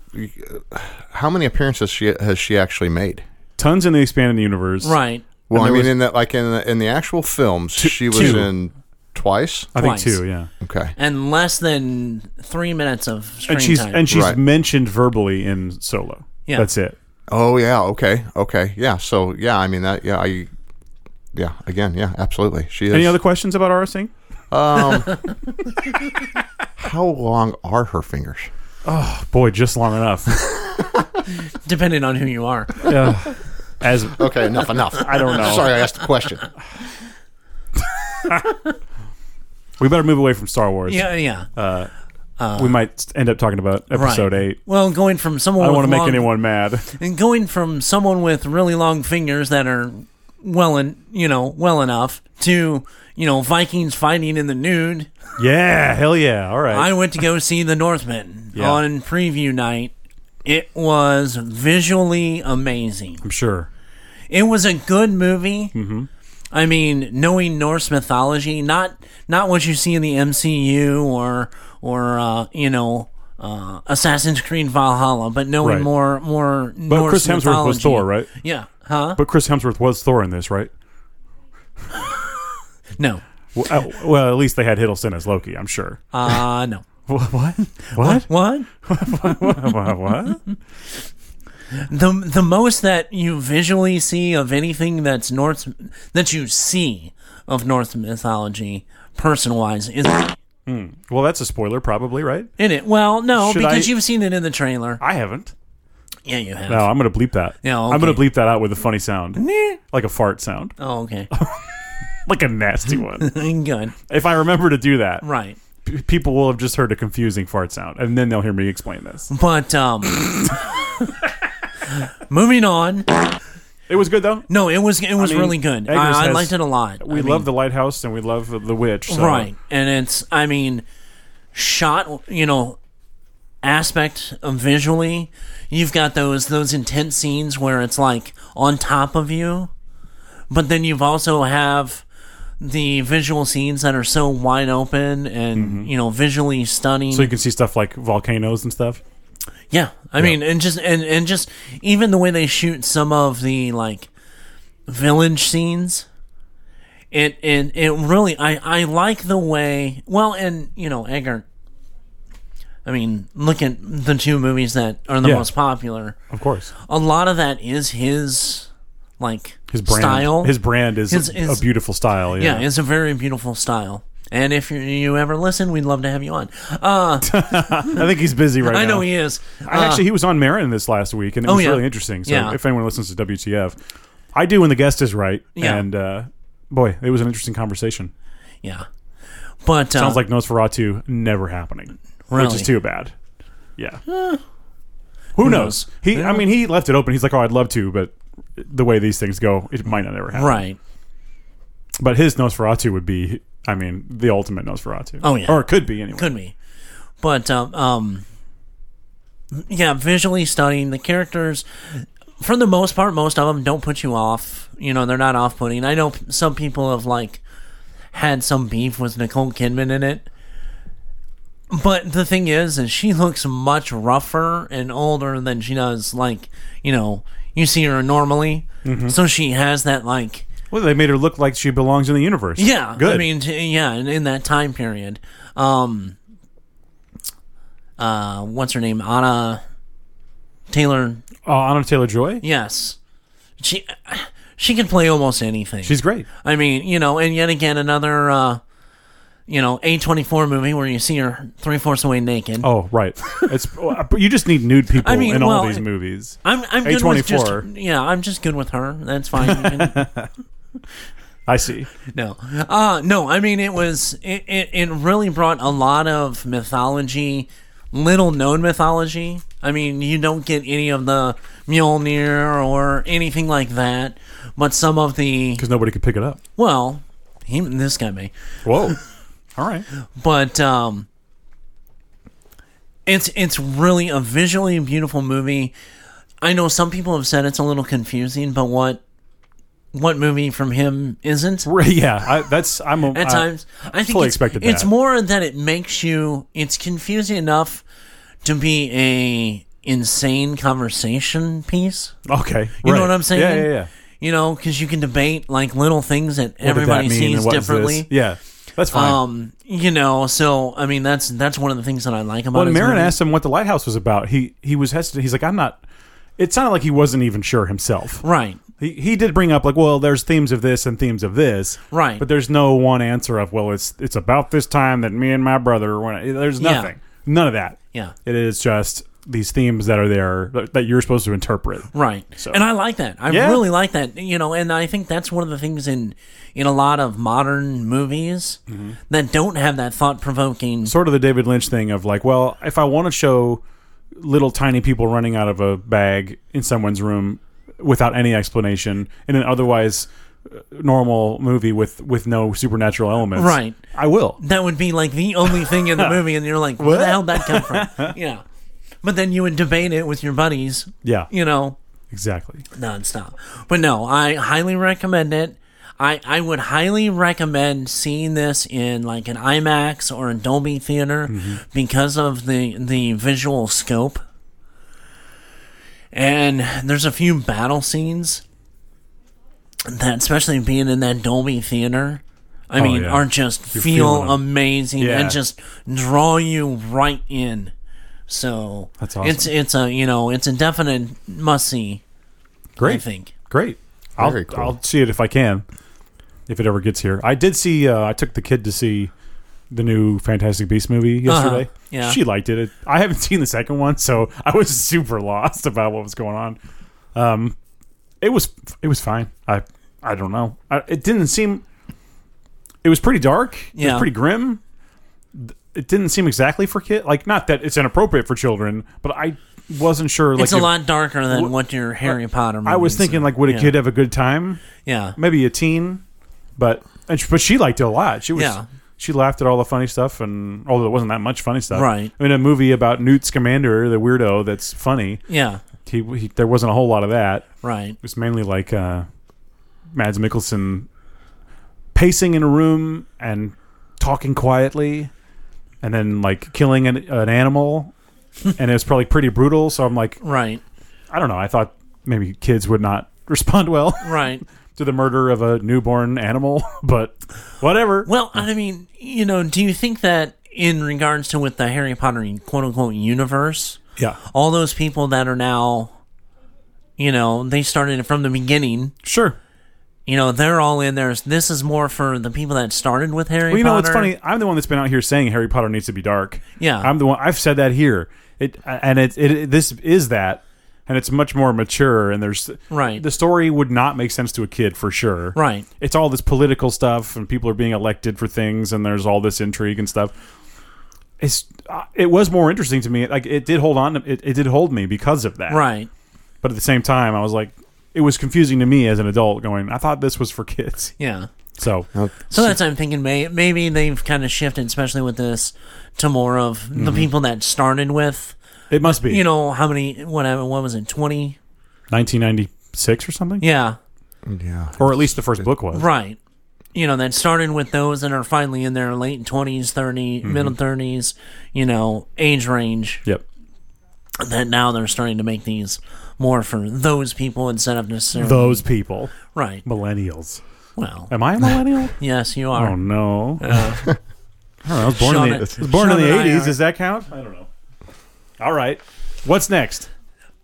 Speaker 3: How many appearances she has she actually made?
Speaker 2: Tons in the expanded universe.
Speaker 1: right.
Speaker 3: Well, I
Speaker 2: there
Speaker 3: mean,
Speaker 2: was-
Speaker 3: in that, like in the, in the actual films, she was
Speaker 2: two.
Speaker 3: in twice.
Speaker 2: I think
Speaker 1: Twice.
Speaker 2: two. Yeah.
Speaker 3: Okay,
Speaker 1: And less than three minutes of screen
Speaker 2: And she's
Speaker 1: time.
Speaker 2: and she's
Speaker 3: Right.
Speaker 2: mentioned verbally in Solo.
Speaker 1: Yeah.
Speaker 2: That's it.
Speaker 3: Oh yeah, okay, okay, yeah. So yeah, I mean that. Yeah, I. Yeah, again, yeah, absolutely. She is.
Speaker 2: Any other questions about Ara Singh?
Speaker 3: how long are her fingers?
Speaker 2: Boy, just long
Speaker 3: [laughs]
Speaker 2: enough.
Speaker 1: Depending on who you are.
Speaker 2: [laughs] Yeah. As
Speaker 3: Okay, enough,
Speaker 2: [laughs]
Speaker 3: enough. I
Speaker 2: don't know.
Speaker 3: Sorry, I asked the question.
Speaker 2: we better move away from Star Wars.
Speaker 1: Yeah, yeah.
Speaker 2: we might end up talking about episode
Speaker 1: right.
Speaker 2: eight.
Speaker 1: Well, going from someone
Speaker 2: I don't
Speaker 1: with
Speaker 2: want to make
Speaker 1: long- [laughs]
Speaker 2: anyone mad.
Speaker 1: and going from someone with really long fingers that are well and you know well enough to you know Vikings fighting in the nude.
Speaker 2: yeah, hell yeah. All right.
Speaker 1: I went to go see the Northmen
Speaker 2: [laughs] Yeah.
Speaker 1: on preview night. It was visually amazing.
Speaker 2: I'm sure.
Speaker 1: It was a good movie. Mm-hmm. I mean, knowing Norse mythology, not not what you see in the MCU or or uh, you know uh, Assassin's Creed Valhalla, but knowing
Speaker 2: Right.
Speaker 1: more more
Speaker 2: But
Speaker 1: Norse
Speaker 2: Chris Hemsworth
Speaker 1: mythology.
Speaker 2: was Thor, right?
Speaker 1: Yeah, huh?
Speaker 2: But Chris Hemsworth was Thor in this, right?
Speaker 1: No,
Speaker 2: Well, uh, well, at least they had Hiddleston as Loki. I'm sure. [laughs]
Speaker 1: uh, [laughs] no.
Speaker 2: What?
Speaker 1: What?
Speaker 2: What? [laughs] what? What?
Speaker 1: The the most that you visually see of anything that's Norse that you see of Norse mythology, person wise, is
Speaker 2: Well, that's a spoiler, probably, right?
Speaker 1: in it. Well, no,
Speaker 2: Should
Speaker 1: because
Speaker 2: I-
Speaker 1: you've seen it in the trailer.
Speaker 2: I haven't.
Speaker 1: Yeah, you have.
Speaker 2: No, I'm gonna bleep that.
Speaker 1: Yeah,
Speaker 2: I'm gonna
Speaker 1: okay.
Speaker 2: bleep that out with a funny sound, like a
Speaker 1: [laughs]
Speaker 2: fart sound,
Speaker 1: Oh, okay.
Speaker 2: like a
Speaker 1: [laughs]
Speaker 2: nasty one.
Speaker 1: Good.
Speaker 2: if I remember to do that,
Speaker 1: Right.
Speaker 2: p- people will have just heard a confusing fart sound, and then they'll hear
Speaker 1: um, [laughs]
Speaker 2: me explain this.
Speaker 1: But um moving on.
Speaker 2: It was good though.
Speaker 1: No, it was it was
Speaker 2: mean,
Speaker 1: really good.
Speaker 2: Eggers
Speaker 1: I, I
Speaker 2: has-
Speaker 1: liked it a lot.
Speaker 2: We
Speaker 1: I
Speaker 2: love
Speaker 1: mean,
Speaker 2: the lighthouse and we love the witch. so-
Speaker 1: right, and it's I mean, shot you know, aspect of visually, you've got those those intense scenes where it's like on top of you, but then you've also have the visual scenes that are so wide open and you know visually stunning.
Speaker 2: Mm-hmm. So you can see stuff like volcanoes and stuff.
Speaker 1: Yeah, I mean, and just and and just even the way they shoot some of the like village scenes, it and it really I I like the way. Well, and you know, Eggert. I mean, look at the two movies that are the
Speaker 2: Yeah.
Speaker 1: most popular.
Speaker 2: Of course,
Speaker 1: A lot of that is his like
Speaker 2: his brand.
Speaker 1: style.
Speaker 2: His brand is
Speaker 1: His-
Speaker 2: a-
Speaker 1: his-
Speaker 2: a beautiful style.
Speaker 1: yeah,
Speaker 2: Yeah.
Speaker 1: it's a very beautiful style. And if you, you ever listen, we'd love to have you on. Uh,
Speaker 2: I think he's busy right now.
Speaker 1: I know he is.
Speaker 2: I actually, he was on Marin this last week, and it
Speaker 1: Ah. Oh,
Speaker 2: was
Speaker 1: yeah.
Speaker 2: really interesting. So,
Speaker 1: Yeah.
Speaker 2: if anyone listens to WTF, I do when the guest is right.
Speaker 1: Yeah.
Speaker 2: And uh, boy, it was an interesting conversation.
Speaker 1: Yeah, but uh,
Speaker 2: Sounds like Nosferatu never happening, which
Speaker 1: Really? Hmm.
Speaker 2: is too bad. Yeah. Who
Speaker 1: knows?
Speaker 2: knows? He, I mean, he left it open. He's like, "Oh, I'd love to," but the way these things go, it might not ever happen.
Speaker 1: right.
Speaker 2: But his Nosferatu would be, I mean, the ultimate Nosferatu.
Speaker 1: Oh, yeah.
Speaker 2: or it could be anyway.
Speaker 1: could be but um, um yeah visually stunning the characters for the most part most of them don't put you off you know they're not off-putting i know p- some people have like had some beef with nicole kidman in it but the thing is is she looks much rougher and older than she does like you know you see her normally so she has that like
Speaker 2: Well, they made her look like she belongs in the universe.
Speaker 1: yeah,
Speaker 2: good.
Speaker 1: I mean, t- yeah, in, in that time period, um, uh, what's her name? Anna Taylor.
Speaker 2: uh, Anna Taylor Joy.
Speaker 1: Yes, she she can play almost anything.
Speaker 2: She's great.
Speaker 1: I mean, you know, and yet again another, uh, you know, a twenty four movie where you see her three fourths away naked.
Speaker 2: Oh, right. It's [laughs] uh, but you just need nude people
Speaker 1: I mean,
Speaker 2: in all
Speaker 1: well,
Speaker 2: these movies.
Speaker 1: I'm I'm good with just
Speaker 2: A24.
Speaker 1: yeah, I'm just good with her. That's fine.
Speaker 2: [laughs]
Speaker 1: You can-
Speaker 2: I see.
Speaker 1: No, uh, no. I mean, it was it, it. It really brought a lot of mythology, little known mythology. I mean, you don't get any of the Mjolnir or anything like that, but some of the
Speaker 2: Because nobody could pick it up.
Speaker 1: well, he, this guy may, [laughs]
Speaker 2: Whoa. all right.
Speaker 1: but um, it's it's really a visually beautiful movie. I know some people have said it's a little confusing, but what what movie from him isn't?
Speaker 2: Right, yeah. I, that's I'm a,
Speaker 1: at
Speaker 2: I-
Speaker 1: times. I think
Speaker 2: fully
Speaker 1: it's,
Speaker 2: expected
Speaker 1: it's
Speaker 2: that.
Speaker 1: more that it makes you. It's confusing enough to be a insane conversation piece.
Speaker 2: Okay.
Speaker 1: You
Speaker 2: right.
Speaker 1: know what I'm saying?
Speaker 2: Yeah, yeah, yeah.
Speaker 1: You know, because you can debate like little things that
Speaker 2: What did that
Speaker 1: everybody
Speaker 2: mean and
Speaker 1: sees
Speaker 2: what is this?
Speaker 1: differently.
Speaker 2: Yeah. That's fine.
Speaker 1: Um, you know, so I mean, that's that's one of the things that I like about.
Speaker 2: when
Speaker 1: his
Speaker 2: Marin
Speaker 1: movies.
Speaker 2: asked him what the lighthouse was about, he he was hesitant. He's like, I'm not it sounded like he wasn't even sure himself.
Speaker 1: right?
Speaker 2: He, he did bring up like, well, there's themes of this and themes of this,
Speaker 1: Right.
Speaker 2: But there's no one answer of, well, it's it's about this time that me and my brother went. There's
Speaker 1: Yeah.
Speaker 2: nothing, none of that.
Speaker 1: Yeah.
Speaker 2: it is just these themes that are there that- that you're supposed to interpret.
Speaker 1: Right.
Speaker 2: So-
Speaker 1: And I like that. I
Speaker 2: Yeah.
Speaker 1: really like that. You know, and I think that's one of the things in in a lot of modern movies
Speaker 2: Mm-hmm.
Speaker 1: that don't have that thought provoking.
Speaker 2: Sort of the David Lynch thing of like, well, if I want to show little tiny people running out of a bag in someone's room without any explanation in an otherwise uh, normal movie with with no supernatural elements,
Speaker 1: Right.
Speaker 2: I will.
Speaker 1: that would be like the only thing in the movie, and you're like, where the hell would that come from? yeah. But then you would debate it with your buddies,
Speaker 2: Yeah,
Speaker 1: you know,
Speaker 2: exactly.
Speaker 1: nonstop. But no, I highly recommend it. I, I would highly recommend seeing this in like an IMAX or a Dolby theater
Speaker 2: Mm-hmm.
Speaker 1: because of the the visual scope. And there's a few battle scenes that, especially being in that Dolby theater, I mean,
Speaker 2: Oh, yeah.
Speaker 1: are just
Speaker 2: feeling
Speaker 1: feel
Speaker 2: 'em.
Speaker 1: amazing
Speaker 2: Yeah.
Speaker 1: and just draw you right in. So
Speaker 2: That's
Speaker 1: It's
Speaker 2: awesome.
Speaker 1: it's a you know it's a definite must see. I
Speaker 2: Great.
Speaker 1: think.
Speaker 2: Great. I'll,
Speaker 3: Very cool.
Speaker 2: I'll see it if I can, if it ever gets here. I did see. Uh, I took the kid to see the new Fantastic Beast movie yesterday.
Speaker 1: Uh-huh. Yeah.
Speaker 2: She liked it. it. I haven't seen the second one, so [laughs] I was super lost about what was going on. Um, it was it was fine. I I don't know. I, it didn't seem. It was pretty dark. It
Speaker 1: Yeah.
Speaker 2: was pretty grim. It didn't seem exactly for kid. Like not that it's inappropriate for children, but I wasn't sure. Like
Speaker 1: it's a
Speaker 2: if-
Speaker 1: lot darker than what your Harry Potter. Movies
Speaker 2: I was thinking,
Speaker 1: are.
Speaker 2: like, would a
Speaker 1: yeah.
Speaker 2: kid have a good time?
Speaker 1: Yeah,
Speaker 2: Maybe a teen, but and she, but she liked it a lot. She was
Speaker 1: Yeah.
Speaker 2: she laughed at all the funny stuff, and although it wasn't that much funny stuff,
Speaker 1: Right.
Speaker 2: I mean, a movie about Newt Scamander, the weirdo, that's funny.
Speaker 1: yeah,
Speaker 2: He, he there wasn't a whole lot of that. It
Speaker 1: right.
Speaker 2: was mainly like uh, Mads Mikkelsen pacing in a room and talking quietly, and then like killing an,
Speaker 1: [laughs]
Speaker 2: an animal, and it was probably pretty brutal. So I'm like,
Speaker 1: Right,
Speaker 2: I don't know. I thought maybe kids would not [laughs] respond well
Speaker 1: right.
Speaker 2: to the murder of a newborn animal, [laughs] but whatever.
Speaker 1: Well, I mean, you know, do you think that in regards to with the Harry Potter quote unquote universe,
Speaker 2: Yeah,
Speaker 1: all those people that are now, you know, they started from the beginning.
Speaker 2: sure.
Speaker 1: You know, they're all in there. This is more for the people that started with Harry.
Speaker 2: Well, you know
Speaker 1: Potter.
Speaker 2: what's funny? I'm the one that's been out here saying Harry Potter needs to be dark.
Speaker 1: Yeah.
Speaker 2: I'm the one. I've said that here. It and it, it, it this is that, and it's much more mature. And there's
Speaker 1: Right.
Speaker 2: The story would not make sense to a kid for sure.
Speaker 1: Right.
Speaker 2: It's all this political stuff, and people are being elected for things, and there's all this intrigue and stuff. It's uh, it was more interesting to me. Like it did hold on. To, it, it did hold me because of that.
Speaker 1: Right.
Speaker 2: But at the same time, I was like, it was confusing to me as an adult. Going, I thought this was for kids. [laughs]
Speaker 1: Yeah.
Speaker 2: So
Speaker 1: So that's I'm thinking. May, maybe they've kind of shifted, especially with this, to more of
Speaker 2: Mm-hmm.
Speaker 1: the people that started with.
Speaker 2: it must be
Speaker 1: You know how many? What? What was it? Twenty?
Speaker 2: 1996 or something,
Speaker 1: Yeah.
Speaker 3: [laughs] Yeah.
Speaker 2: or at least the first book was.
Speaker 1: Right. You know that started with those that are finally in their late twenties, 30 middle thirties. You know, age range.
Speaker 2: Yep.
Speaker 1: That now they're starting to make these more for those people instead of necessarily
Speaker 2: Those people,
Speaker 1: Right.
Speaker 2: millennials.
Speaker 1: Well.
Speaker 2: Am
Speaker 1: [laughs]
Speaker 2: I a millennial?
Speaker 1: Yes, you are.
Speaker 2: oh no. [laughs] I don't know. I was born
Speaker 1: Sean-
Speaker 2: in the, I was born in
Speaker 1: Sean
Speaker 2: the
Speaker 1: Uh, and I
Speaker 2: 80s.
Speaker 1: are-
Speaker 2: Does that count? I don't know. All right. What's next?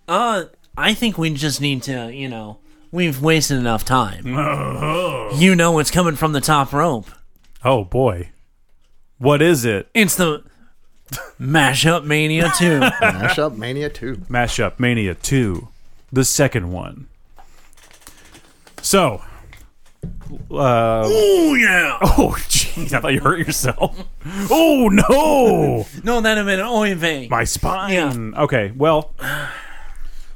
Speaker 1: Uh, I think we just need to, you know, we've wasted enough time. you know what's coming from the top rope.
Speaker 2: Oh boy. What is it?
Speaker 1: It's the Mashup Mania 2.
Speaker 3: Mash up Mania 2.
Speaker 2: Mashup Mania 2, the second one. So, uh,
Speaker 1: oh, yeah.
Speaker 2: [laughs] Oh, jeez. I thought you hurt yourself. [laughs] Oh, no.
Speaker 1: No, that have been Oive.
Speaker 2: My spine. Okay, well,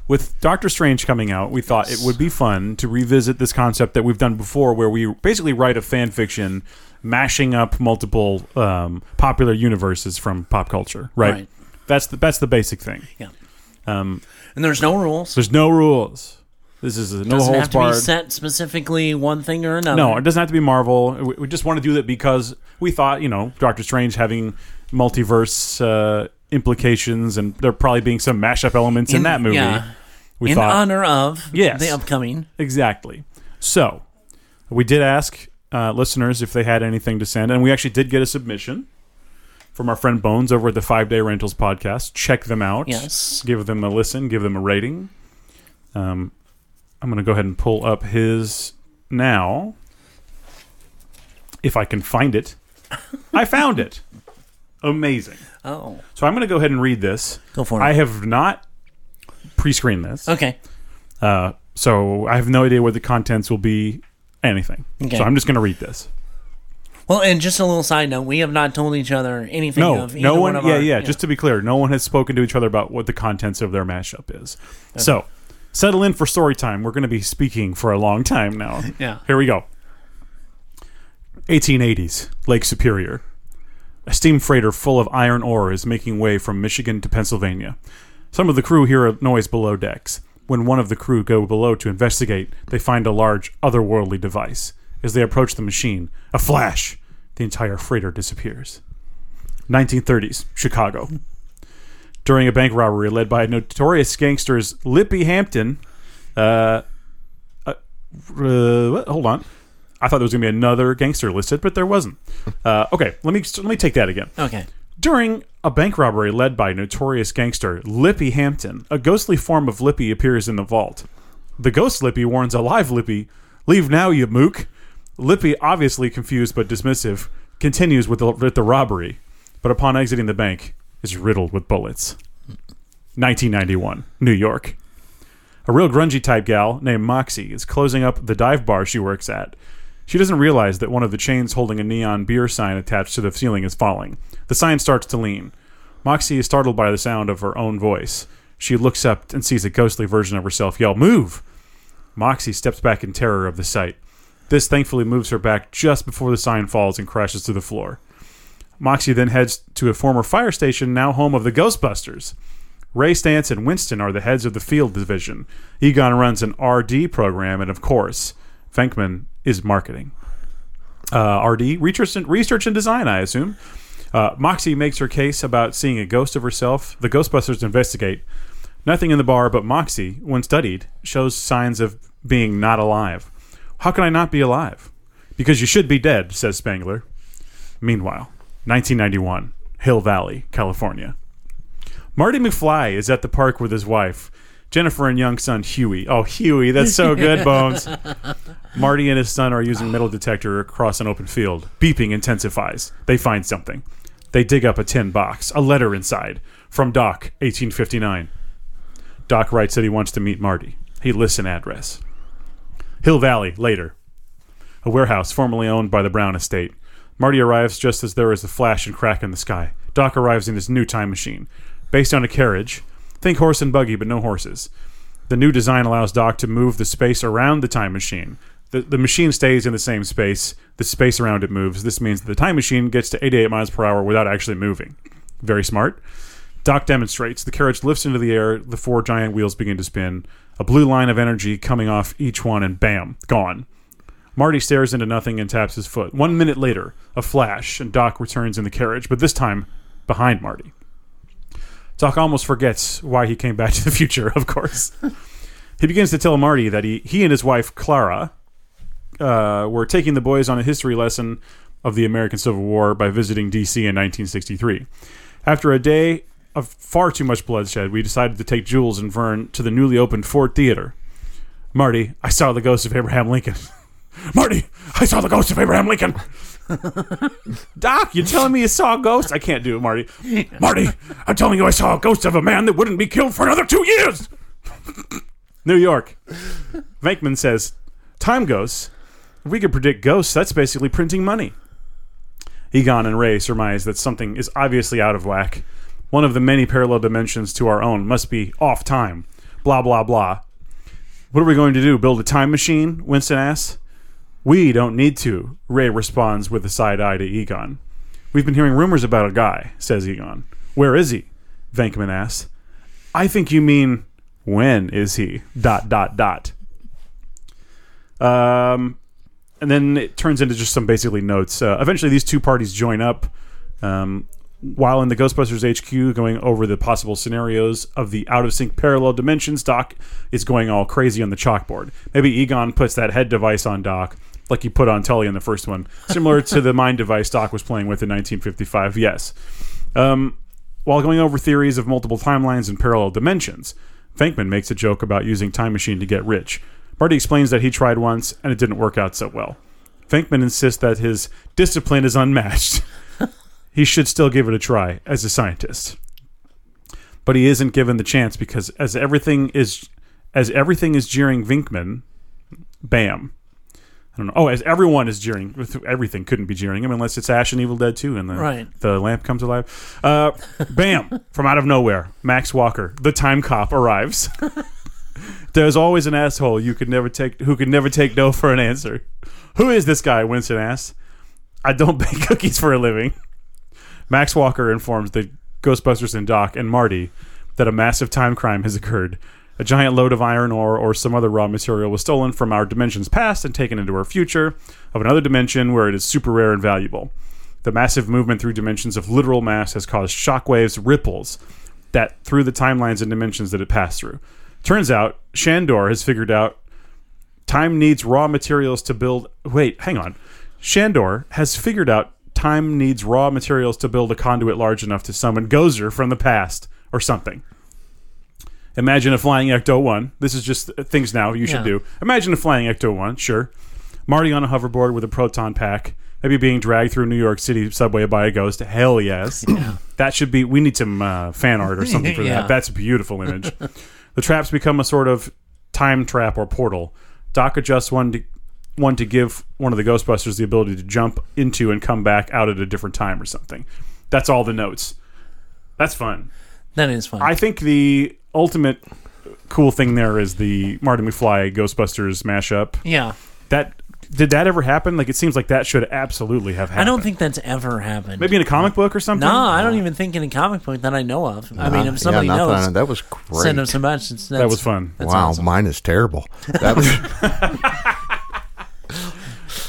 Speaker 2: with Doctor Strange coming out, we thought it would be fun to revisit this concept that we've done before where we basically write a fan fiction mashing up multiple um, popular universes from pop culture, right?
Speaker 1: Right.
Speaker 2: That's the that's the basic thing.
Speaker 1: yeah. Um, and there's no rules.
Speaker 2: There's no rules. This is a no
Speaker 1: doesn't
Speaker 2: holds
Speaker 1: have to
Speaker 2: barred.
Speaker 1: be set specifically one thing or another.
Speaker 2: No, it doesn't have to be Marvel. We, we just want to do that because we thought, you know, Doctor Strange having multiverse uh, implications, and there probably being some mashup elements in,
Speaker 1: In-
Speaker 2: that movie.
Speaker 1: yeah.
Speaker 2: We
Speaker 1: in
Speaker 2: thought
Speaker 1: honor of
Speaker 2: Yes.
Speaker 1: the upcoming.
Speaker 2: exactly. So we did ask uh, listeners if they had anything to send, and we actually did get a submission from our friend Bones over at the Five Day Rentals podcast. Check them out.
Speaker 1: Yes.
Speaker 2: give them a listen, give them a rating. Um, I'm going to go ahead and pull up his now. If I can find it, I found it. Amazing.
Speaker 1: Oh.
Speaker 2: So I'm going to go ahead and read this.
Speaker 1: Go for it.
Speaker 2: I have not pre-screened this,
Speaker 1: okay.
Speaker 2: uh, so I have no idea what the contents will be. Anything.
Speaker 1: Okay.
Speaker 2: So I'm just going to read this.
Speaker 1: Well, and just a little side note, we have not told each other anything
Speaker 2: No,
Speaker 1: of either
Speaker 2: no
Speaker 1: one,
Speaker 2: one.
Speaker 1: of
Speaker 2: yeah,
Speaker 1: our-
Speaker 2: yeah. Just to be clear, no one has spoken to each other about what the contents of their mashup is.
Speaker 1: Uh-huh.
Speaker 2: So, settle in for story time. We're going to be speaking for a long time now.
Speaker 1: [laughs] Yeah.
Speaker 2: Here we go. 1880s, Lake Superior. A steam freighter full of iron ore is making way from Michigan to Pennsylvania. Some of the crew hear a noise below decks. When one of the crew go below to investigate, they find a large otherworldly device. As they approach the machine, a flash, the entire freighter disappears. 1930s, Chicago. During a bank robbery led by notorious gangsters Lippy Hampton, uh, uh, what? hold on, I thought there was going to be another gangster listed, but there wasn't. Uh, okay, let me let me take that again.
Speaker 1: Okay.
Speaker 2: During a bank robbery led by notorious gangster Lippy Hampton, a ghostly form of Lippy appears in the vault. The ghost Lippy warns a live Lippy, "Leave now, you mook." Lippy, obviously confused but dismissive, continues with the, with the robbery, but upon exiting the bank, is riddled with bullets. 1991, New York. A real grungy type gal named Moxie is closing up the dive bar she works at. She doesn't realize that one of the chains holding a neon beer sign attached to the ceiling is falling. The sign starts to lean. Moxie is startled by the sound of her own voice. She looks up and sees a ghostly version of herself yell, Move! Moxie steps back in terror of the sight. This thankfully moves her back just before the sign falls and crashes to the floor. Moxie then heads to a former fire station, now home of the Ghostbusters. Ray Stantz and Winston are the heads of the field division. Egon runs an RD program, and of course, Venkman is marketing. Uh, RD, research and, research and design, I assume. Uh, Moxie makes her case about seeing a ghost of herself. The Ghostbusters investigate. Nothing in the bar but Moxie, when studied, shows signs of being not alive. How can I not be alive? Because you should be dead, says Spangler. Meanwhile, 1991, Hill Valley, California. Marty McFly is at the park with his wife, Jennifer and young son Huey. Oh, Huey, that's so good, Bones. Marty and his son are using metal detector across an open field. Beeping intensifies. They find something. They dig up a tin box, a letter inside, from Doc, 1859. Doc writes that he wants to meet Marty. He lists an address. Hill Valley, later. A warehouse formerly owned by the Brown estate. Marty arrives just as there is a flash and crack in the sky. Doc arrives in his new time machine, based on a carriage. Think horse and buggy, but no horses. The new design allows Doc to move the space around the time machine. The, the machine stays in the same space, the space around it moves. This means the time machine gets to 88 miles per hour without actually moving. Very smart. Doc demonstrates. The carriage lifts into the air, the four giant wheels begin to spin, a blue line of energy coming off each one, and bam, gone. Marty stares into nothing and taps his foot. One minute later, a flash, and Doc returns in the carriage, but this time behind Marty. Doc almost forgets why he came back [laughs] to the future, of course. he begins to tell Marty that he, he and his wife, Clara, uh, were taking the boys on a history lesson of the American Civil War by visiting D.C. in 1963. After a day of far too much bloodshed, we decided to take Jules and Vern to the newly opened Ford Theater. Marty, I saw the ghost of Abraham Lincoln. Marty, I saw the ghost of Abraham Lincoln. [laughs] Doc, you telling me you saw a ghost? I can't do it, Marty. [laughs] Marty, I'm telling you I saw a ghost of a man that wouldn't be killed for another two years. New York. Venkman says, Time ghosts? If we could predict ghosts, that's basically printing money. Egon and Ray surmise that something is obviously out of whack. One of the many parallel dimensions to our own must be off time. Blah, blah, blah. What are we going to do? Build a time machine? Winston asks. We don't need to, Ray responds with a side eye to Egon. We've been hearing rumors about a guy, says Egon. Where is he? Venkman asks. I think you mean, when is he? Dot, dot, dot. Um, and then it turns into just some basically notes. Uh, eventually, these two parties join up. Um, while in the Ghostbusters HQ, going over the possible scenarios of the out of sync parallel dimensions, Doc is going all crazy on the chalkboard. Maybe Egon puts that head device on Doc, like he put on Tully in the first one, similar to the mind device Doc was playing with in 1955. Yes. Um, while going over theories of multiple timelines and parallel dimensions, Venkman makes a joke about using Time Machine to get rich. Marty explains that he tried once and it didn't work out so well. Venkman insists that his discipline is unmatched. [laughs] he should still give it a try as a scientist. But he isn't given the chance because as everything is as everything is jeering Venkman, bam. I don't know. Oh, as everyone is jeering, everything couldn't be jeering him unless it's Ash and Evil Dead 2 and the,
Speaker 1: Right.
Speaker 2: the lamp comes alive. Uh, bam! [laughs] from out of nowhere, Max Walker, the time cop, arrives. [laughs] There's always an asshole you could never take who could never take no for an answer. Who is this guy? Winston asks. I don't [laughs] bake cookies for a living. Max Walker informs the Ghostbusters and Doc and Marty that a massive time crime has occurred. A giant load of iron ore or some other raw material was stolen from our dimension's past and taken into our future of another dimension where it is super rare and valuable. The massive movement through dimensions of literal mass has caused shockwaves, ripples that through the timelines and dimensions that it passed through. Turns out Shandor has figured out time needs raw materials to build. Wait, hang on. Shandor has figured out time needs raw materials to build a conduit large enough to summon Gozer from the past or something. Imagine a flying Ecto 1. This is just things now you should
Speaker 1: Yeah.
Speaker 2: do. Imagine a flying Ecto 1, sure. Marty on a hoverboard with a proton pack, maybe being dragged through New York City subway by a ghost. Hell yes. That should be, we need some uh, fan art or something for
Speaker 1: Yeah.
Speaker 2: that. That's a beautiful image. the traps become a sort of time trap or portal. Doc adjusts one to, one to give one of the Ghostbusters the ability to jump into and come back out at a different time or something. That's all the notes. That's fun.
Speaker 1: That is fun.
Speaker 2: I think the ultimate cool thing there is the Marty McFly Ghostbusters mashup.
Speaker 1: Yeah.
Speaker 2: That did that ever happen? Like it seems like that should absolutely have happened.
Speaker 1: I don't think that's ever happened.
Speaker 2: maybe in a comic book or something.
Speaker 1: No, I don't even think in a comic book that I know of. I mean, if somebody
Speaker 3: Ah, yeah, not that I
Speaker 1: knows,
Speaker 3: know. that was great.
Speaker 1: send them some mentions. That's-
Speaker 2: That was fun.
Speaker 1: that's
Speaker 3: wow,
Speaker 1: awesome.
Speaker 3: mine is terrible. That was,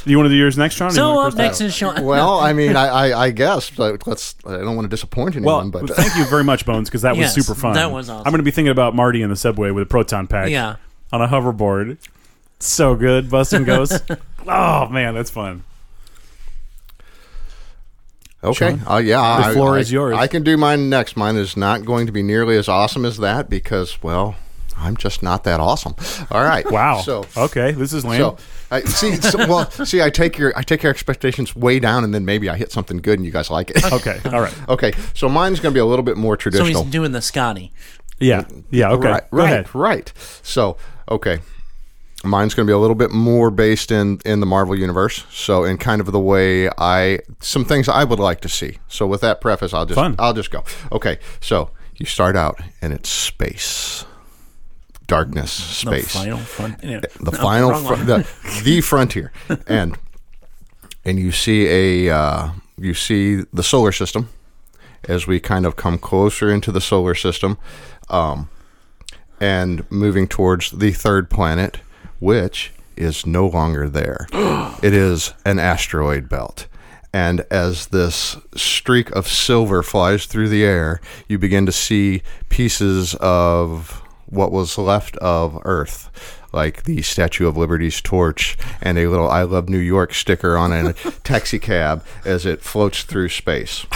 Speaker 2: Do you want to do yours next, Sean? or you
Speaker 1: So uh,
Speaker 2: wanna
Speaker 1: up
Speaker 2: first?
Speaker 1: next is Sean.
Speaker 3: [laughs] well, I mean, I, I, I guess. But let's. I don't want to disappoint anyone,
Speaker 2: Well,
Speaker 1: [laughs]
Speaker 2: [laughs]
Speaker 3: but uh,
Speaker 2: thank you very much, Bones, because that
Speaker 1: Yes,
Speaker 2: was super fun.
Speaker 1: that was awesome.
Speaker 2: I'm going to be thinking about Marty in the subway with a proton pack.
Speaker 1: Yeah.
Speaker 2: On a hoverboard. So good,
Speaker 1: [laughs]
Speaker 2: busting goes. oh man, that's fun.
Speaker 3: Okay. Uh, yeah.
Speaker 2: The floor is yours.
Speaker 3: I can do mine next. Mine is not going to be nearly as awesome as that because, well, I'm just not that awesome. All right.
Speaker 2: [laughs] Wow. Oh,
Speaker 3: So
Speaker 2: okay, this is lame.
Speaker 3: so I see. So, well, see, I take your I take your expectations way down, and then maybe I hit something good, and you guys like
Speaker 2: [laughs]
Speaker 3: it.
Speaker 2: okay, all right.
Speaker 3: [laughs] okay. So mine's going to be a little bit more
Speaker 1: So
Speaker 3: traditional.
Speaker 1: he's doing the Scotty.
Speaker 3: [laughs]
Speaker 2: Yeah, yeah. Okay,
Speaker 3: Right,
Speaker 2: go
Speaker 3: right,
Speaker 2: ahead.
Speaker 3: right. So, okay, mine's going to be a little bit more based in in the Marvel universe. So, in kind of the way I some things I would like to see. So, with that preface, I'll just
Speaker 2: Fun.
Speaker 3: I'll just go. Okay, so you start out and it's space, darkness,
Speaker 1: The
Speaker 3: space,
Speaker 1: final frontier.
Speaker 3: the final
Speaker 1: wrong
Speaker 3: fr-
Speaker 1: one.
Speaker 3: the, the frontier, and and you see a uh, you see the solar system as we kind of come closer into the solar system, um, and moving towards the third planet, which is no longer there. it is an asteroid belt. And as this streak of silver flies through the air, you begin to see pieces of what was left of Earth, like the Statue of Liberty's torch and a little I Love New York sticker on a taxi cab as it floats through space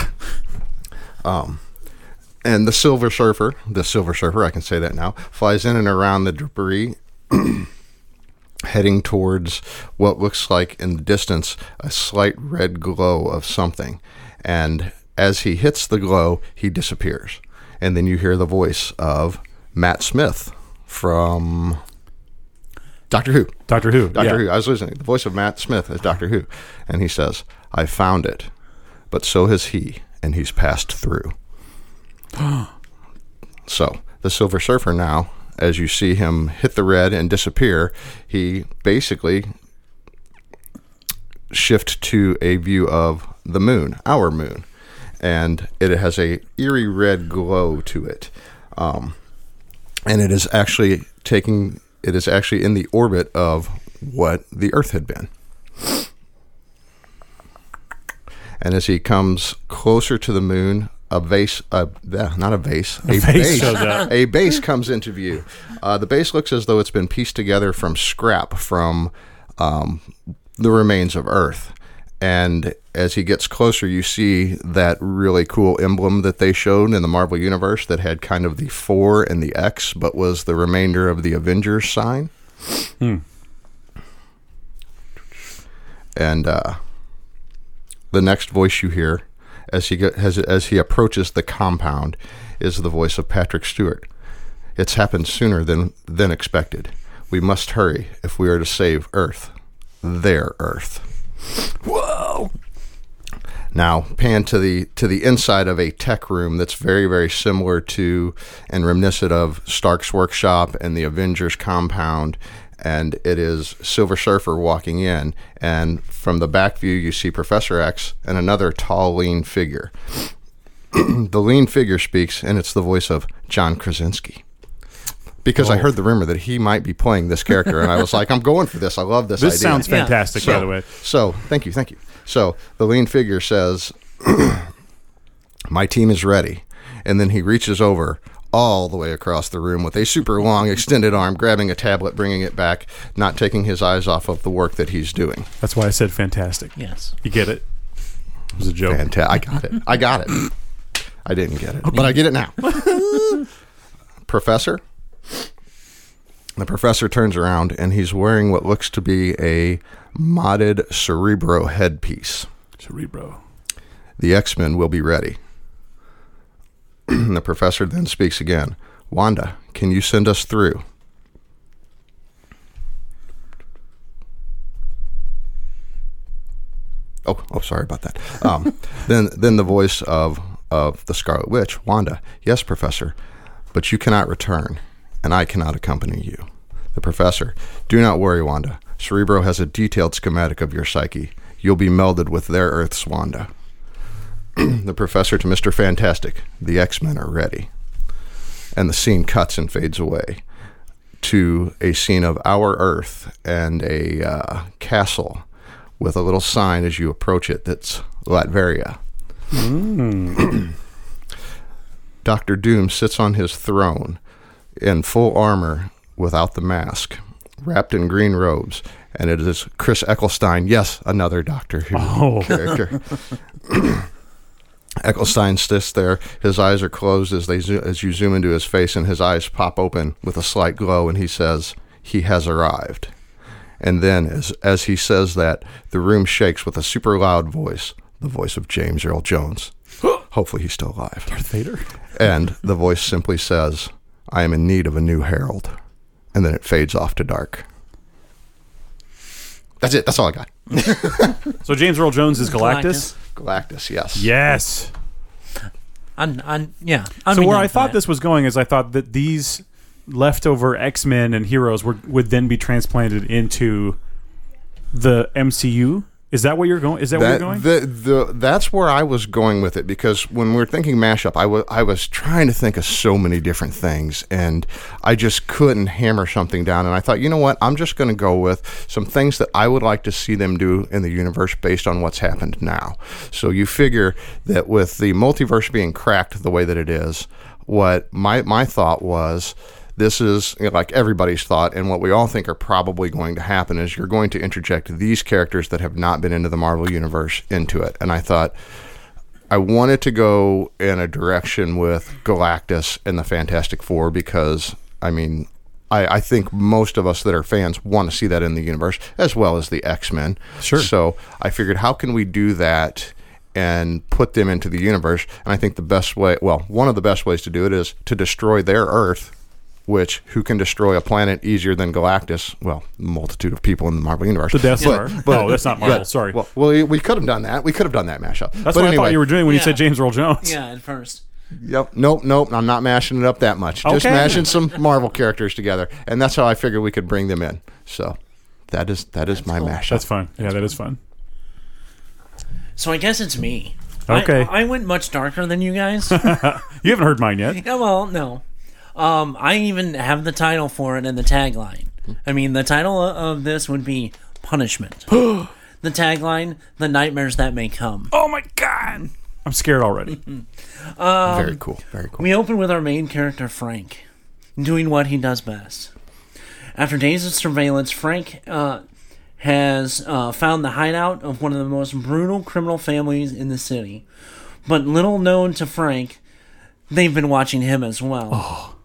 Speaker 3: and the Silver Surfer, the Silver Surfer, I can say that now, flies in and around the debris, [clears throat] heading towards what looks like in the distance a slight red glow of something. And as he hits the glow, he disappears. And then you hear the voice of Matt Smith from Doctor Who.
Speaker 2: Doctor Who.
Speaker 3: Doctor
Speaker 2: yeah.
Speaker 3: Who. I was listening. The voice of Matt Smith is Doctor Who. And he says, I found it, but so has he, and he's passed through. so the Silver Surfer now, as you see him hit the red and disappear, he basically shift to a view of the moon, our moon. And it has a eerie red glow to it. Um, and it is actually taking it is actually in the orbit of what the earth had been and as he comes closer to the moon a vase uh, not a vase a,
Speaker 2: vase shows up.
Speaker 3: a base comes into view uh, the base looks as though it's been pieced together from scrap from um, the remains of earth and as he gets closer, you see that really cool emblem that they showed in the Marvel Universe that had kind of the four and the X, but was the remainder of the Avengers sign.
Speaker 2: Hmm.
Speaker 3: And uh, the next voice you hear as he go, as, as he approaches the compound is the voice of Patrick Stewart. It's happened sooner than than expected. We must hurry if we are to save Earth, their Earth. Whoa! Now pan to the to the inside of a tech room that's very very similar to and reminiscent of Stark's workshop and the Avengers compound. And it is Silver Surfer walking in, and from the back view, you see Professor X and another tall, lean figure. [clears throat] the lean figure speaks, and it's the voice of John Krasinski. Because I heard the rumor that he might be playing this character, and I was like, I'm going for this. I love this,
Speaker 2: This
Speaker 3: idea.
Speaker 2: sounds
Speaker 1: Yeah.
Speaker 2: fantastic, by the way.
Speaker 3: So, thank you, thank you. So, the lean figure says, [clears throat] "My team is ready," and then he reaches over all the way across the room with a super long extended arm, grabbing a tablet, bringing it back, not taking his eyes off of the work that he's doing.
Speaker 2: That's why I said fantastic.
Speaker 1: Yes.
Speaker 2: You get it? It was a joke.
Speaker 3: Fantastic! I got it. I got it. I didn't get it, but I get it now. professor. The professor turns around and he's wearing what looks to be a modded cerebro headpiece.
Speaker 2: Cerebro.
Speaker 3: The X Men will be ready. [clears throat] the professor then speaks again Wanda, can you send us through? Oh, oh, sorry about that. [laughs] Um, then, then the voice of, of the Scarlet Witch, Wanda. Yes, Professor. but you cannot return, and I cannot accompany you. The professor, do not worry, Wanda. Cerebro has a detailed schematic of your psyche. You'll be melded with their Earth's Wanda. [clears throat] the professor to Mr. Fantastic, the X Men are ready. And the scene cuts and fades away to a scene of our Earth and a uh, castle with a little sign as you approach it that's Latveria. [clears throat] Doctor Doom sits on his throne in full armor without the mask, wrapped in green robes, and it is Chris Ecclestein, yes, another Doctor Who
Speaker 2: Oh.
Speaker 3: character. Ecclestein sits there. His eyes are closed as they zo- as you zoom into his face, and his eyes pop open with a slight glow, and he says, "He has arrived." And then, as as he says that, the room shakes with a super loud voice, the voice of James Earl Jones. Hopefully, he's still alive.
Speaker 2: Vader.
Speaker 3: And the voice simply says, I am in need of a new herald. And then it fades off to dark. That's it. That's all I got.
Speaker 2: So James Earl Jones is Galactus.
Speaker 1: Galactus.
Speaker 3: Galactus, yes.
Speaker 2: Yes.
Speaker 1: I'm, I'm, yeah. I'm
Speaker 2: so where
Speaker 1: enamored
Speaker 2: I
Speaker 1: by
Speaker 2: thought
Speaker 1: it.
Speaker 2: this was going is I thought that these leftover X Men and heroes were, would then be transplanted into the MCU. Is that where you're going? Is that, where you're going?
Speaker 3: That, the, the, that's where I was going with it because when we were thinking mashup, I wa- I was trying to think of so many different things and I just couldn't hammer something down. And I thought, you know what? I'm just going to go with some things that I would like to see them do in the universe based on what's happened now. So you figure that with the multiverse being cracked the way that it is, what my, my thought was this is you know, like everybody's thought and what we all think are probably going to happen is you're going to interject these characters that have not been into the marvel universe into it and i thought i wanted to go in a direction with galactus and the fantastic four because i mean I, I think most of us that are fans want to see that in the universe as well as the x-men
Speaker 2: Sure.
Speaker 3: so i figured how can we do that and put them into the universe and i think the best way well one of the best ways to do it is to destroy their earth which who can destroy a planet easier than Galactus? Well, multitude of people in the Marvel universe.
Speaker 2: the Death
Speaker 3: [laughs]
Speaker 2: Star.
Speaker 3: But-
Speaker 2: oh, that's not Marvel. sorry.
Speaker 3: Well, well, we- we could have done that. We could have done that mashup.
Speaker 2: that's what I thought you were doing when you
Speaker 1: Yeah.
Speaker 2: said James Earl Jones.
Speaker 1: Yeah, at first.
Speaker 3: Yep. Nope. Nope. I'm not mashing it up that much. Just
Speaker 2: Okay.
Speaker 3: mashing some Marvel characters together, and that's how I figured we could bring them in. So that is that is my
Speaker 1: cool.
Speaker 3: mashup.
Speaker 2: That's fun. Yeah, that is fun.
Speaker 1: So I guess it's me.
Speaker 2: Okay.
Speaker 1: I, I went much darker than you guys.
Speaker 2: You haven't heard
Speaker 1: [laughs]
Speaker 2: mine yet.
Speaker 1: Yeah, well, no. Um, I even have the title for it and the tagline. I mean, the title o- of this would be Punishment. the tagline, The Nightmares That May Come.
Speaker 2: Oh my god. I'm
Speaker 1: [laughs]
Speaker 2: scared already. Oh
Speaker 1: Um,
Speaker 3: very cool. Very cool.
Speaker 1: We open with our main character, Frank, doing what he does best. After days of surveillance, Frank uh, has uh, found the hideout of one of the most brutal criminal families in the city. But little known to Frank, they've been watching him as well.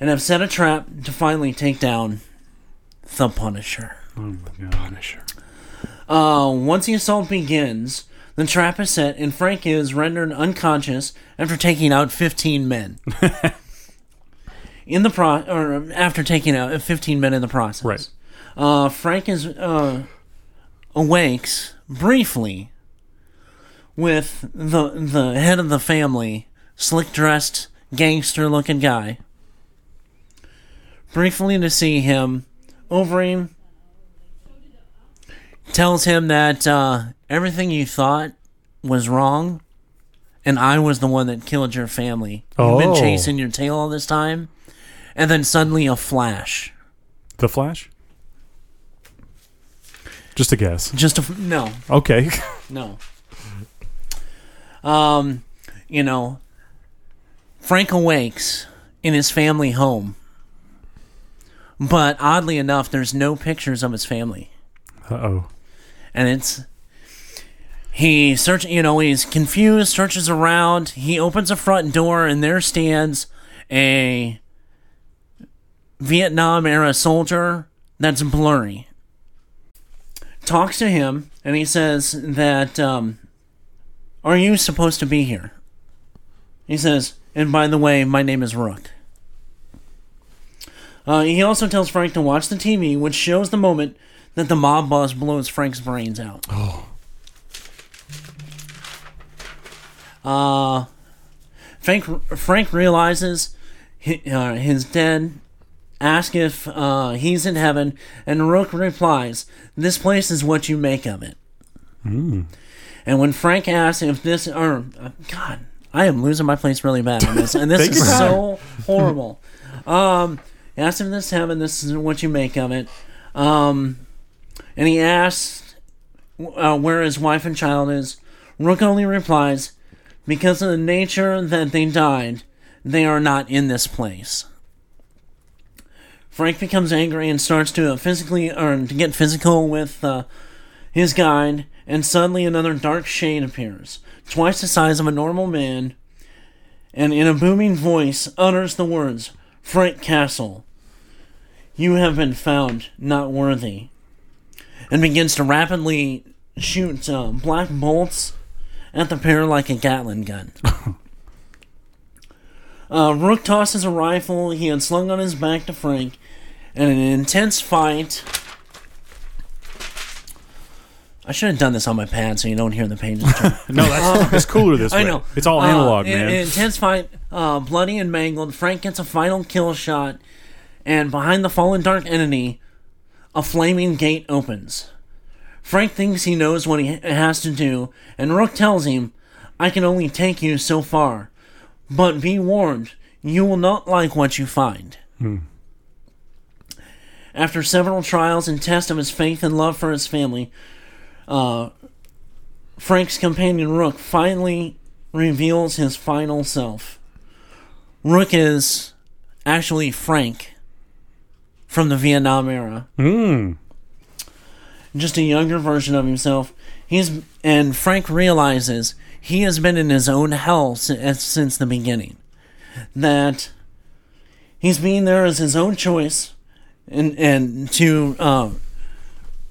Speaker 1: And have set a trap to finally take down the Punisher.
Speaker 3: Punisher.
Speaker 1: Uh, once the assault begins, the trap is set and Frank is rendered unconscious after taking out 15 men. in the pro, or um, after taking out 15 men in the process.
Speaker 2: Right.
Speaker 1: Uh, Frank is uh, awakes briefly with the the head of the family, slick dressed gangster looking guy. Briefly to see him, Overeem tells him that uh, everything you thought was wrong, and I was the one that killed your family. You've been
Speaker 2: Oh.
Speaker 1: chasing your tail all this time, and then suddenly a flash.
Speaker 2: the Flash? Just a guess.
Speaker 1: Just a f- no,
Speaker 2: Okay. [laughs]
Speaker 1: no. Um, you know, Frank awakes in his family home, but oddly enough, there's no pictures of his family.
Speaker 2: Uh oh.
Speaker 1: and it's he search you know he's confused searches around he opens a front door and there stands a vietnam era soldier that's blurry talks to him and he says that um, are you supposed to be here he says and by the way my name is rook uh, he also tells Frank to watch the TV, which shows the moment that the mob boss blows Frank's brains out. Oh. Uh, Frank, Frank realizes hi- uh, his dead ask if uh, he's in heaven, and Rook replies, This place is what you make of it.
Speaker 2: Hmm.
Speaker 1: And when Frank asks if this, or uh, God, I am losing my place really bad on this, and this
Speaker 2: [laughs] Take your
Speaker 1: is
Speaker 2: time.
Speaker 1: so horrible. Um, he asks if this is heaven, this is what you make of it. Um, and he asks uh, where his wife and child is. Rook only replies, because of the nature that they died, they are not in this place. Frank becomes angry and starts to uh, physically or to get physical with uh, his guide, and suddenly another dark shade appears, twice the size of a normal man, and in a booming voice utters the words, "Frank Castle, you have been found not worthy," and begins to rapidly shoot uh, black bolts at the pair like a Gatlin gun. Uh, Rook tosses a rifle he had slung on his back to Frank, and in an intense fight. I should have done this on my pad so you don't hear the pages. turn. [laughs]
Speaker 2: No, that's it's cooler this way.
Speaker 1: Oh. I know.
Speaker 2: It's all
Speaker 1: Uh,
Speaker 2: analog,
Speaker 1: in-
Speaker 2: man.
Speaker 1: in intense fight, uh, bloody and mangled, Frank gets a final kill shot, and behind the fallen dark entity, a flaming gate opens. Frank thinks he knows what he ha- has to do, and Rook tells him, I can only take you so far, but be warned, you will not like what you find.
Speaker 2: Hmm.
Speaker 1: After several trials and tests of his faith and love for his family, Frank's companion Rook finally reveals his final self. Rook is actually Frank from the Vietnam era. Just a younger version of himself. He's and Frank realizes he has been in his own hell since, since the beginning. That he's being there as his own choice and and to uh,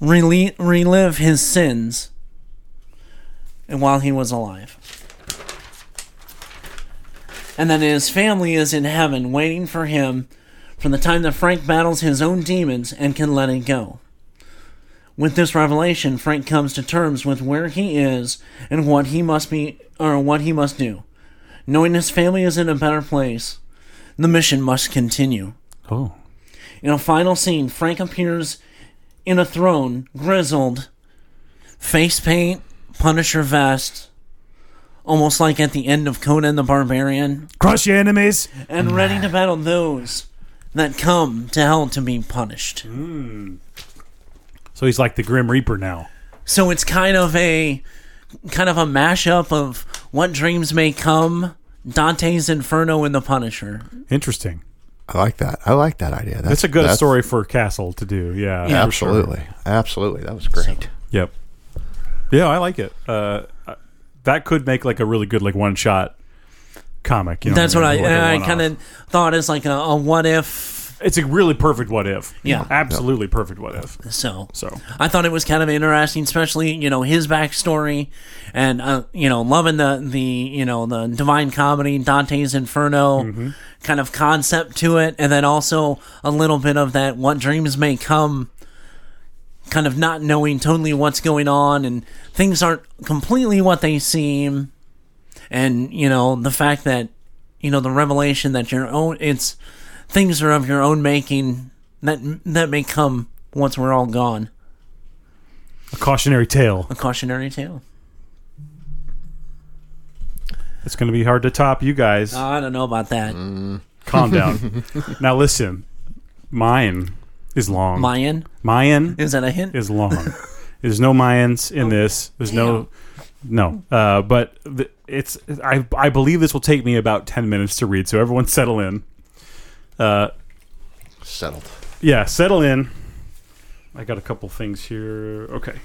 Speaker 1: rele- relive his sins and while he was alive. And then his family is in heaven waiting for him from the time that Frank battles his own demons and can let it go. With this revelation, Frank comes to terms with where he is and what he must be or what he must do. Knowing his family is in a better place, the mission must continue.
Speaker 2: oh,
Speaker 1: In a final scene, Frank appears in a throne, grizzled, face paint, Punisher vest, almost like at the end of Conan the Barbarian,
Speaker 2: crush your enemies.
Speaker 1: and ready to battle those that come to hell to be punished.
Speaker 2: So he's like the Grim Reaper now.
Speaker 1: So it's kind of a kind of a mashup of what dreams may come, Dante's Inferno, and the Punisher.
Speaker 2: Interesting.
Speaker 3: I like that. I like that idea. That's,
Speaker 2: That's a good
Speaker 3: that's-
Speaker 2: story for Castle to do. Yeah,
Speaker 1: Yeah.
Speaker 2: for sure.
Speaker 3: Absolutely, absolutely. That was great.
Speaker 2: Yep. Yeah, I like it. Uh, I- that could make like a really good like one shot comic. You know
Speaker 1: That's what I,
Speaker 2: mean? Like a
Speaker 1: I
Speaker 2: one-off.
Speaker 1: kind of thought is like a, a what if.
Speaker 2: It's a really perfect what if.
Speaker 1: Yeah.
Speaker 2: absolutely perfect what if.
Speaker 1: So [laughs]
Speaker 2: So
Speaker 1: I thought it was kind of interesting, especially you know his backstory, and uh, you know loving the the you know the divine comedy Dante's Inferno kind of concept to it, and then also a little bit of that what dreams may come, kind of not knowing totally what's going on, and things aren't completely what they seem, and you know the fact that you know the revelation that your own it's things are of your own making that that may come once we're all gone
Speaker 2: a cautionary tale.
Speaker 1: a cautionary tale.
Speaker 2: It's going to be hard to top. You guys,
Speaker 1: Oh, I don't know about that.
Speaker 2: Mm.
Speaker 1: [laughs]
Speaker 2: calm down. now listen, mine is long.
Speaker 1: Mayan?
Speaker 2: Mayan
Speaker 1: Is that a hint?
Speaker 2: is long. [laughs] There's no Mayans in this. There's no, no. Uh, but th- it's I I believe this will take me about ten minutes to read. So everyone [laughs] settle in. Uh,
Speaker 3: Settled.
Speaker 2: yeah, settle in. I got a couple things here. Okay.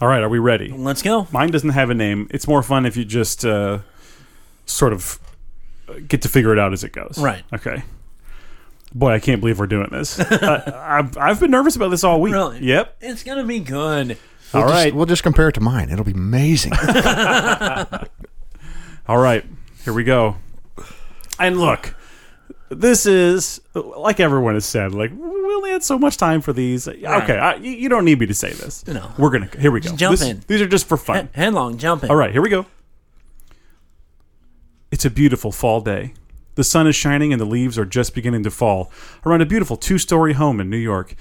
Speaker 2: All right, are we ready?
Speaker 1: Let's go.
Speaker 2: Mine doesn't have a name. It's more fun if you just uh, sort of uh, get to figure it out as it goes.
Speaker 1: Right.
Speaker 2: Okay. Boy, I can't believe we're doing
Speaker 1: [laughs]
Speaker 2: this. uh, I've, I've been nervous about this all week.
Speaker 1: Really?
Speaker 2: Yep.
Speaker 1: It's going to be good.
Speaker 3: We'll
Speaker 2: All
Speaker 3: just,
Speaker 2: right.
Speaker 3: We'll just compare it to mine. It'll
Speaker 2: [laughs]
Speaker 3: be amazing.
Speaker 2: All right. Here we go. And look, this is like everyone has said. Like we only had so much time for these. Okay, I, you you don't need me to say this.
Speaker 1: No.
Speaker 2: We're gonna here we go.
Speaker 1: jump
Speaker 2: This-
Speaker 1: in.
Speaker 2: These are just for fun.
Speaker 1: Headlong, jumping.
Speaker 2: All right, here we go. It's a beautiful fall day. The sun is shining and the leaves are just beginning to fall around a beautiful two story home in New York.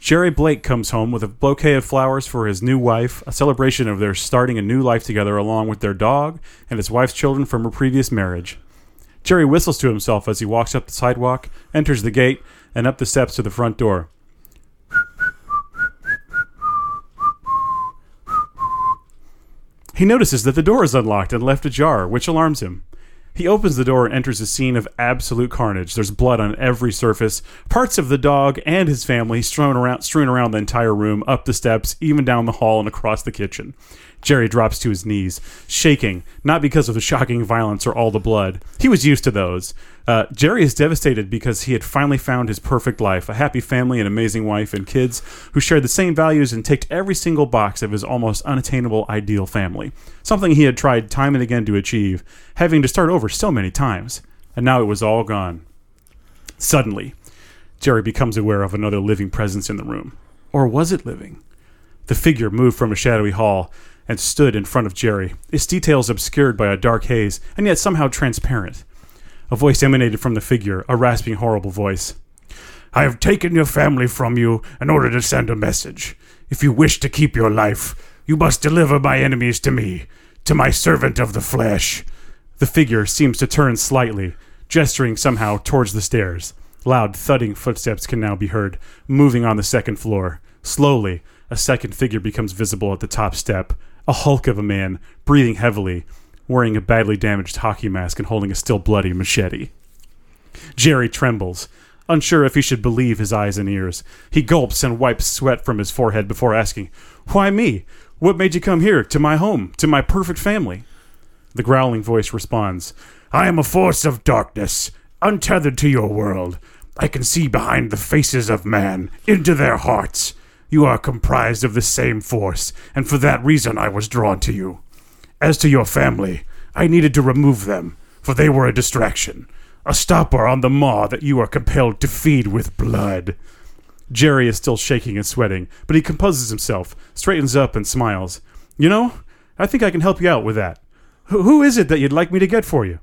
Speaker 2: Jerry Blake comes home with a bouquet of flowers for his new wife, a celebration of their starting a new life together along with their dog and his wife's children from her previous marriage. Jerry whistles to himself as he walks up the sidewalk, enters the gate, and up the steps to the front door. He notices that the door is unlocked and left ajar, which alarms him. He opens the door and enters a scene of absolute carnage. There's blood on every surface, parts of the dog and his family strewn around, strewn around the entire room, up the steps, even down the hall, and across the kitchen. Jerry drops to his knees, shaking, not because of the shocking violence or all the blood. He was used to those. Uh, Jerry is devastated because he had finally found his perfect life a happy family, an amazing wife, and kids who shared the same values and ticked every single box of his almost unattainable ideal family. Something he had tried time and again to achieve, having to start over so many times. And now it was all gone. Suddenly, Jerry becomes aware of another living presence in the room. Or was it living? The figure moved from a shadowy hall and stood in front of Jerry, its details obscured by a dark haze and yet somehow transparent. A voice emanated from the figure, a rasping, horrible voice. I have taken your family from you in order to send a message. If you wish to keep your life, you must deliver my enemies to me, to my servant of the flesh. The figure seems to turn slightly, gesturing somehow towards the stairs. Loud thudding footsteps can now be heard, moving on the second floor. Slowly, a second figure becomes visible at the top step a hulk of a man, breathing heavily, wearing a badly damaged hockey mask and holding a still bloody machete. Jerry trembles, unsure if he should believe his eyes and ears. He gulps and wipes sweat from his forehead before asking, Why me? What made you come here, to my home, to my perfect family? The growling voice responds, I am a force of darkness, untethered to your world. I can see behind the faces of man, into their hearts. You are comprised of the same force, and for that reason I was drawn to you. As to your family, I needed to remove them, for they were a distraction, a stopper on the maw that you are compelled to feed with blood. Jerry is still shaking and sweating, but he composes himself, straightens up, and smiles. You know, I think I can help you out with that. Who who is it that you'd like me to get for you?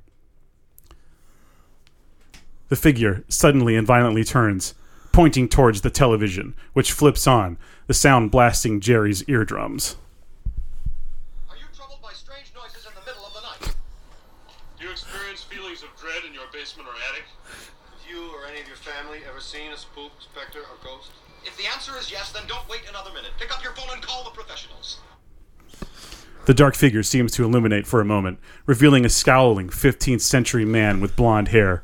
Speaker 2: The figure suddenly and violently turns, pointing towards the television, which flips on, the sound blasting Jerry's eardrums.
Speaker 4: Are you troubled by strange noises in the middle of the night?
Speaker 5: Do you experience feelings of dread in your basement or attic?
Speaker 6: Have you or any of your family ever seen a spook, specter, or ghost?
Speaker 4: If the answer is yes, then don't wait another minute. Pick up your phone and call the professionals.
Speaker 2: The dark figure seems to illuminate for a moment, revealing a scowling 15th century man with blonde hair.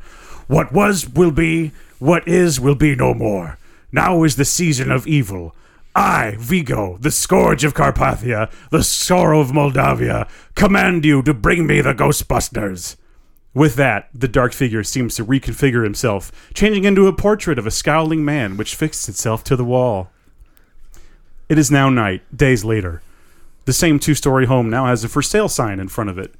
Speaker 2: What was will be, what is will be no more. Now is the season of evil. I, Vigo, the scourge of Carpathia, the sorrow of Moldavia, command you to bring me the Ghostbusters. With that, the dark figure seems to reconfigure himself, changing into a portrait of a scowling man which fixes itself to the wall. It is now night, days later. The same two story home now has a for sale sign in front of it.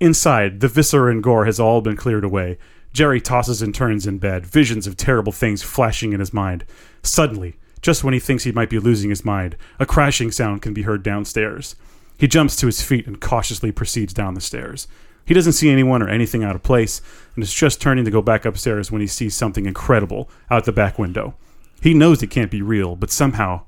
Speaker 2: Inside, the viscera and gore has all been cleared away. Jerry tosses and turns in bed, visions of terrible things flashing in his mind. Suddenly, just when he thinks he might be losing his mind, a crashing sound can be heard downstairs. He jumps to his feet and cautiously proceeds down the stairs. He doesn't see anyone or anything out of place, and is just turning to go back upstairs when he sees something incredible out the back window. He knows it can't be real, but somehow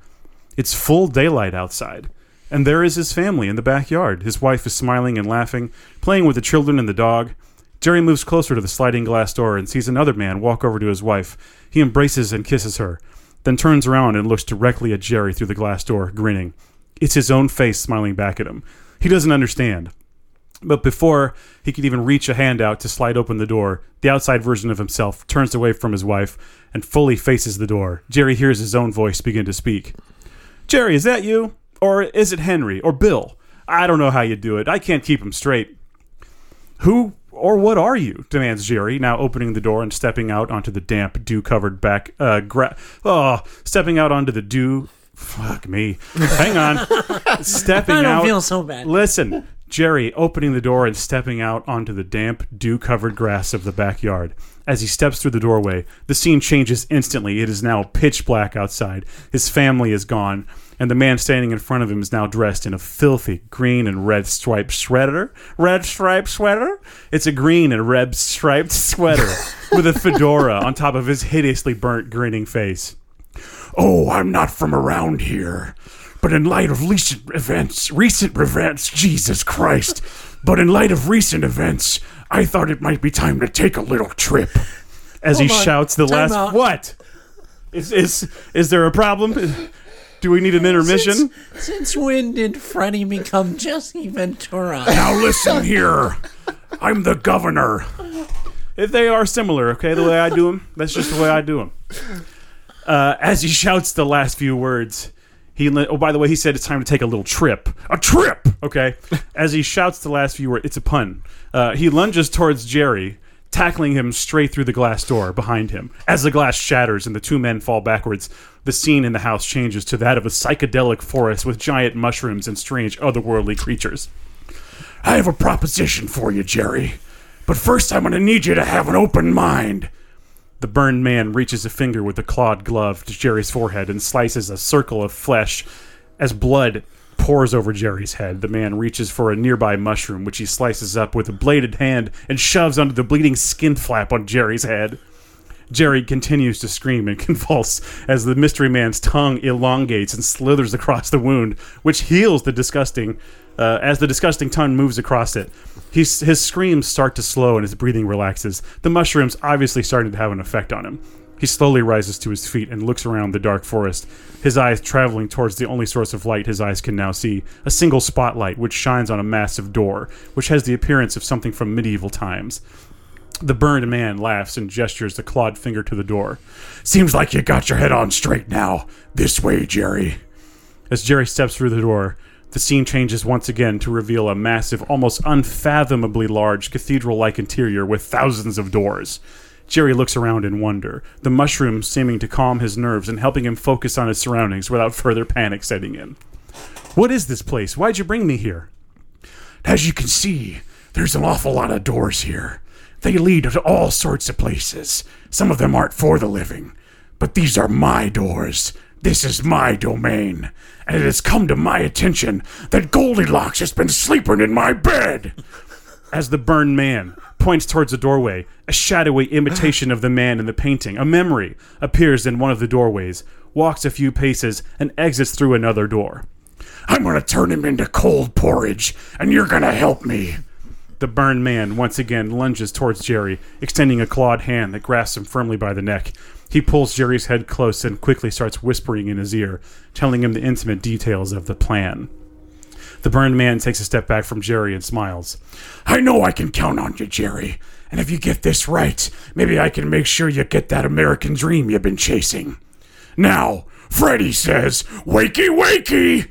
Speaker 2: it's full daylight outside. And there is his family in the backyard. His wife is smiling and laughing, playing with the children and the dog. Jerry moves closer to the sliding glass door and sees another man walk over to his wife. He embraces and kisses her, then turns around and looks directly at Jerry through the glass door, grinning. It's his own face smiling back at him. He doesn't understand. But before he could even reach a hand out to slide open the door, the outside version of himself turns away from his wife and fully faces the door. Jerry hears his own voice begin to speak. Jerry, is that you? Or is it Henry? Or Bill? I don't know how you do it. I can't keep him straight. Who or what are you? demands Jerry, now opening the door and stepping out onto the damp, dew covered back. Uh, gra- oh, stepping out onto the dew. Fuck me.
Speaker 1: [laughs]
Speaker 2: Hang on. stepping
Speaker 1: I don't
Speaker 2: out.
Speaker 1: feel so bad.
Speaker 2: Listen, Jerry opening the door and stepping out onto the damp, dew covered grass of the backyard. As he steps through the doorway, the scene changes instantly. It is now pitch black outside. His family is gone, and the man standing in front of him is now dressed in a filthy green and red striped sweater. Red striped sweater? It's a green and red striped sweater with a fedora on top of his hideously burnt grinning face. Oh, I'm not from around here. But in light of recent events, recent events, Jesus Christ. But in light of recent events, I thought it might be time to take a little trip. As he
Speaker 1: Hold on.
Speaker 2: shouts the
Speaker 1: Time
Speaker 2: last
Speaker 1: out.
Speaker 2: what? Is is is there a problem? Do we need an intermission?
Speaker 1: Since, since when did Freddy become Jesse Ventura?
Speaker 2: Now listen here. I'm the governor. If they are similar, okay, the way I do them, that's just the way I do them. Uh, as he shouts the last few words, he le- oh by the way, he said it's time to take a little trip. A trip, okay. As he shouts the last few words, it's a pun. Uh, he lunges towards Jerry, tackling him straight through the glass door behind him. As the glass shatters and the two men fall backwards, the scene in the house changes to that of a psychedelic forest with giant mushrooms and strange otherworldly creatures. I have a proposition for you, Jerry. But first, I'm going to need you to have an open mind. The burned man reaches a finger with a clawed glove to Jerry's forehead and slices a circle of flesh as blood pours over Jerry's head. The man reaches for a nearby mushroom, which he slices up with a bladed hand and shoves under the bleeding skin flap on Jerry's head. Jerry continues to scream and [laughs] convulse as the mystery man's tongue elongates and slithers across the wound, which heals the disgusting. Uh, as the disgusting tongue moves across it, his, his screams start to slow and his breathing relaxes. The mushrooms obviously starting to have an effect on him. He slowly rises to his feet and looks around the dark forest, his eyes traveling towards the only source of light his eyes can now see a single spotlight which shines on a massive door, which has the appearance of something from medieval times. The burned man laughs and gestures the clawed finger to the door. Seems like you got your head on straight now. This way, Jerry. As Jerry steps through the door, the scene changes once again to reveal a massive, almost unfathomably large cathedral like interior with thousands of doors. Jerry looks around in wonder, the mushrooms seeming to calm his nerves and helping him focus on his surroundings without further panic setting in. What is this place? Why'd you bring me here? As you can see, there's an awful lot of doors here. They lead to all sorts of places. Some of them aren't for the living, but these are my doors. This is my domain, and it has come to my attention that Goldilocks has been sleeping in my bed. As the burned man points towards a doorway, a shadowy imitation of the man in the painting, a memory, appears in one of the doorways, walks a few paces, and exits through another door. I'm going to turn him into cold porridge, and you're going to help me. The burned man once again lunges towards Jerry, extending a clawed hand that grasps him firmly by the neck. He pulls Jerry's head close and quickly starts whispering in his ear, telling him the intimate details of the plan. The burned man takes a step back from Jerry and smiles. I know I can count on you, Jerry. And if you get this right, maybe I can make sure you get that American dream you've been chasing. Now, Freddy says, Wakey, wakey!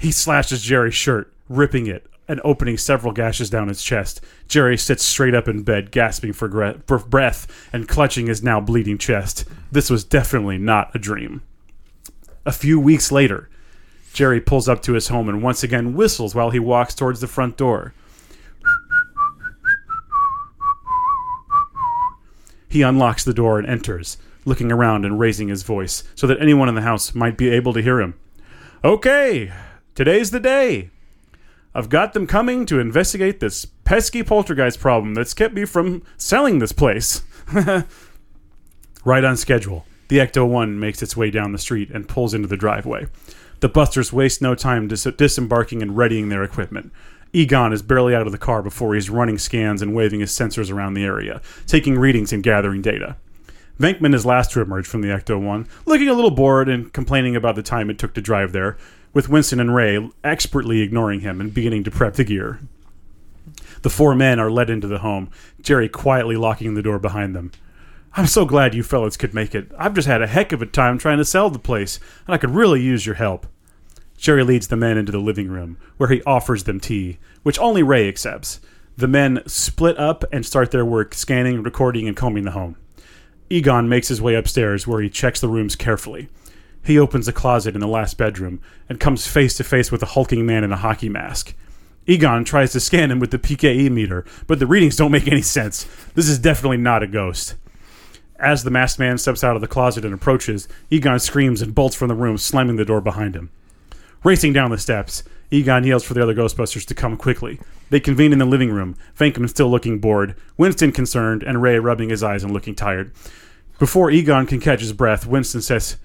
Speaker 2: He slashes Jerry's shirt, ripping it and opening several gashes down his chest. Jerry sits straight up in bed, gasping for, gre- for breath and clutching his now bleeding chest. This was definitely not a dream. A few weeks later, Jerry pulls up to his home and once again whistles while he walks towards the front door. He unlocks the door and enters, looking around and raising his voice so that anyone in the house might be able to hear him. Okay, today's the day. I've got them coming to investigate this pesky poltergeist problem that's kept me from selling this place. [laughs] right on schedule, the Ecto 1 makes its way down the street and pulls into the driveway. The busters waste no time dis- disembarking and readying their equipment. Egon is barely out of the car before he's running scans and waving his sensors around the area, taking readings and gathering data. Venkman is last to emerge from the Ecto 1, looking a little bored and complaining about the time it took to drive there, with Winston and Ray expertly ignoring him and beginning to prep the gear. The four men are led into the home, Jerry quietly locking the door behind them. I'm so glad you fellas could make it. I've just had a heck of a time trying to sell the place, and I could really use your help. Jerry leads the men into the living room, where he offers them tea, which only Ray accepts. The men split up and start their work scanning, recording, and combing the home. Egon makes his way upstairs where he checks the rooms carefully. He opens a closet in the last bedroom and comes face to face with a hulking man in a hockey mask. Egon tries to scan him with the PKE meter, but the readings don't make any sense. This is definitely not a ghost. As the masked man steps out of the closet and approaches, Egon screams and bolts from the room, slamming the door behind him. Racing down the steps, Egon yells for the other Ghostbusters to come quickly. They convene in the living room, Fankum still looking bored, Winston concerned, and Ray rubbing his eyes and looking tired. Before Egon can catch his breath, Winston says,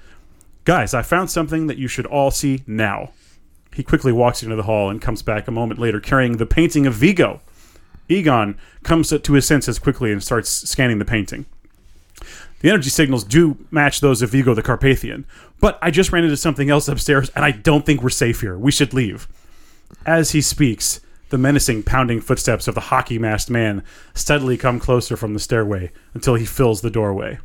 Speaker 2: Guys, I found something that you should all see now. He quickly walks into the hall and comes back a moment later carrying the painting of Vigo. Egon comes to his senses quickly and starts scanning the painting. The energy signals do match those of Vigo the Carpathian, but I just ran into something else upstairs and I don't think we're safe here. We should leave. As he speaks, the menacing, pounding footsteps of the hockey masked man steadily come closer from the stairway until he fills the doorway.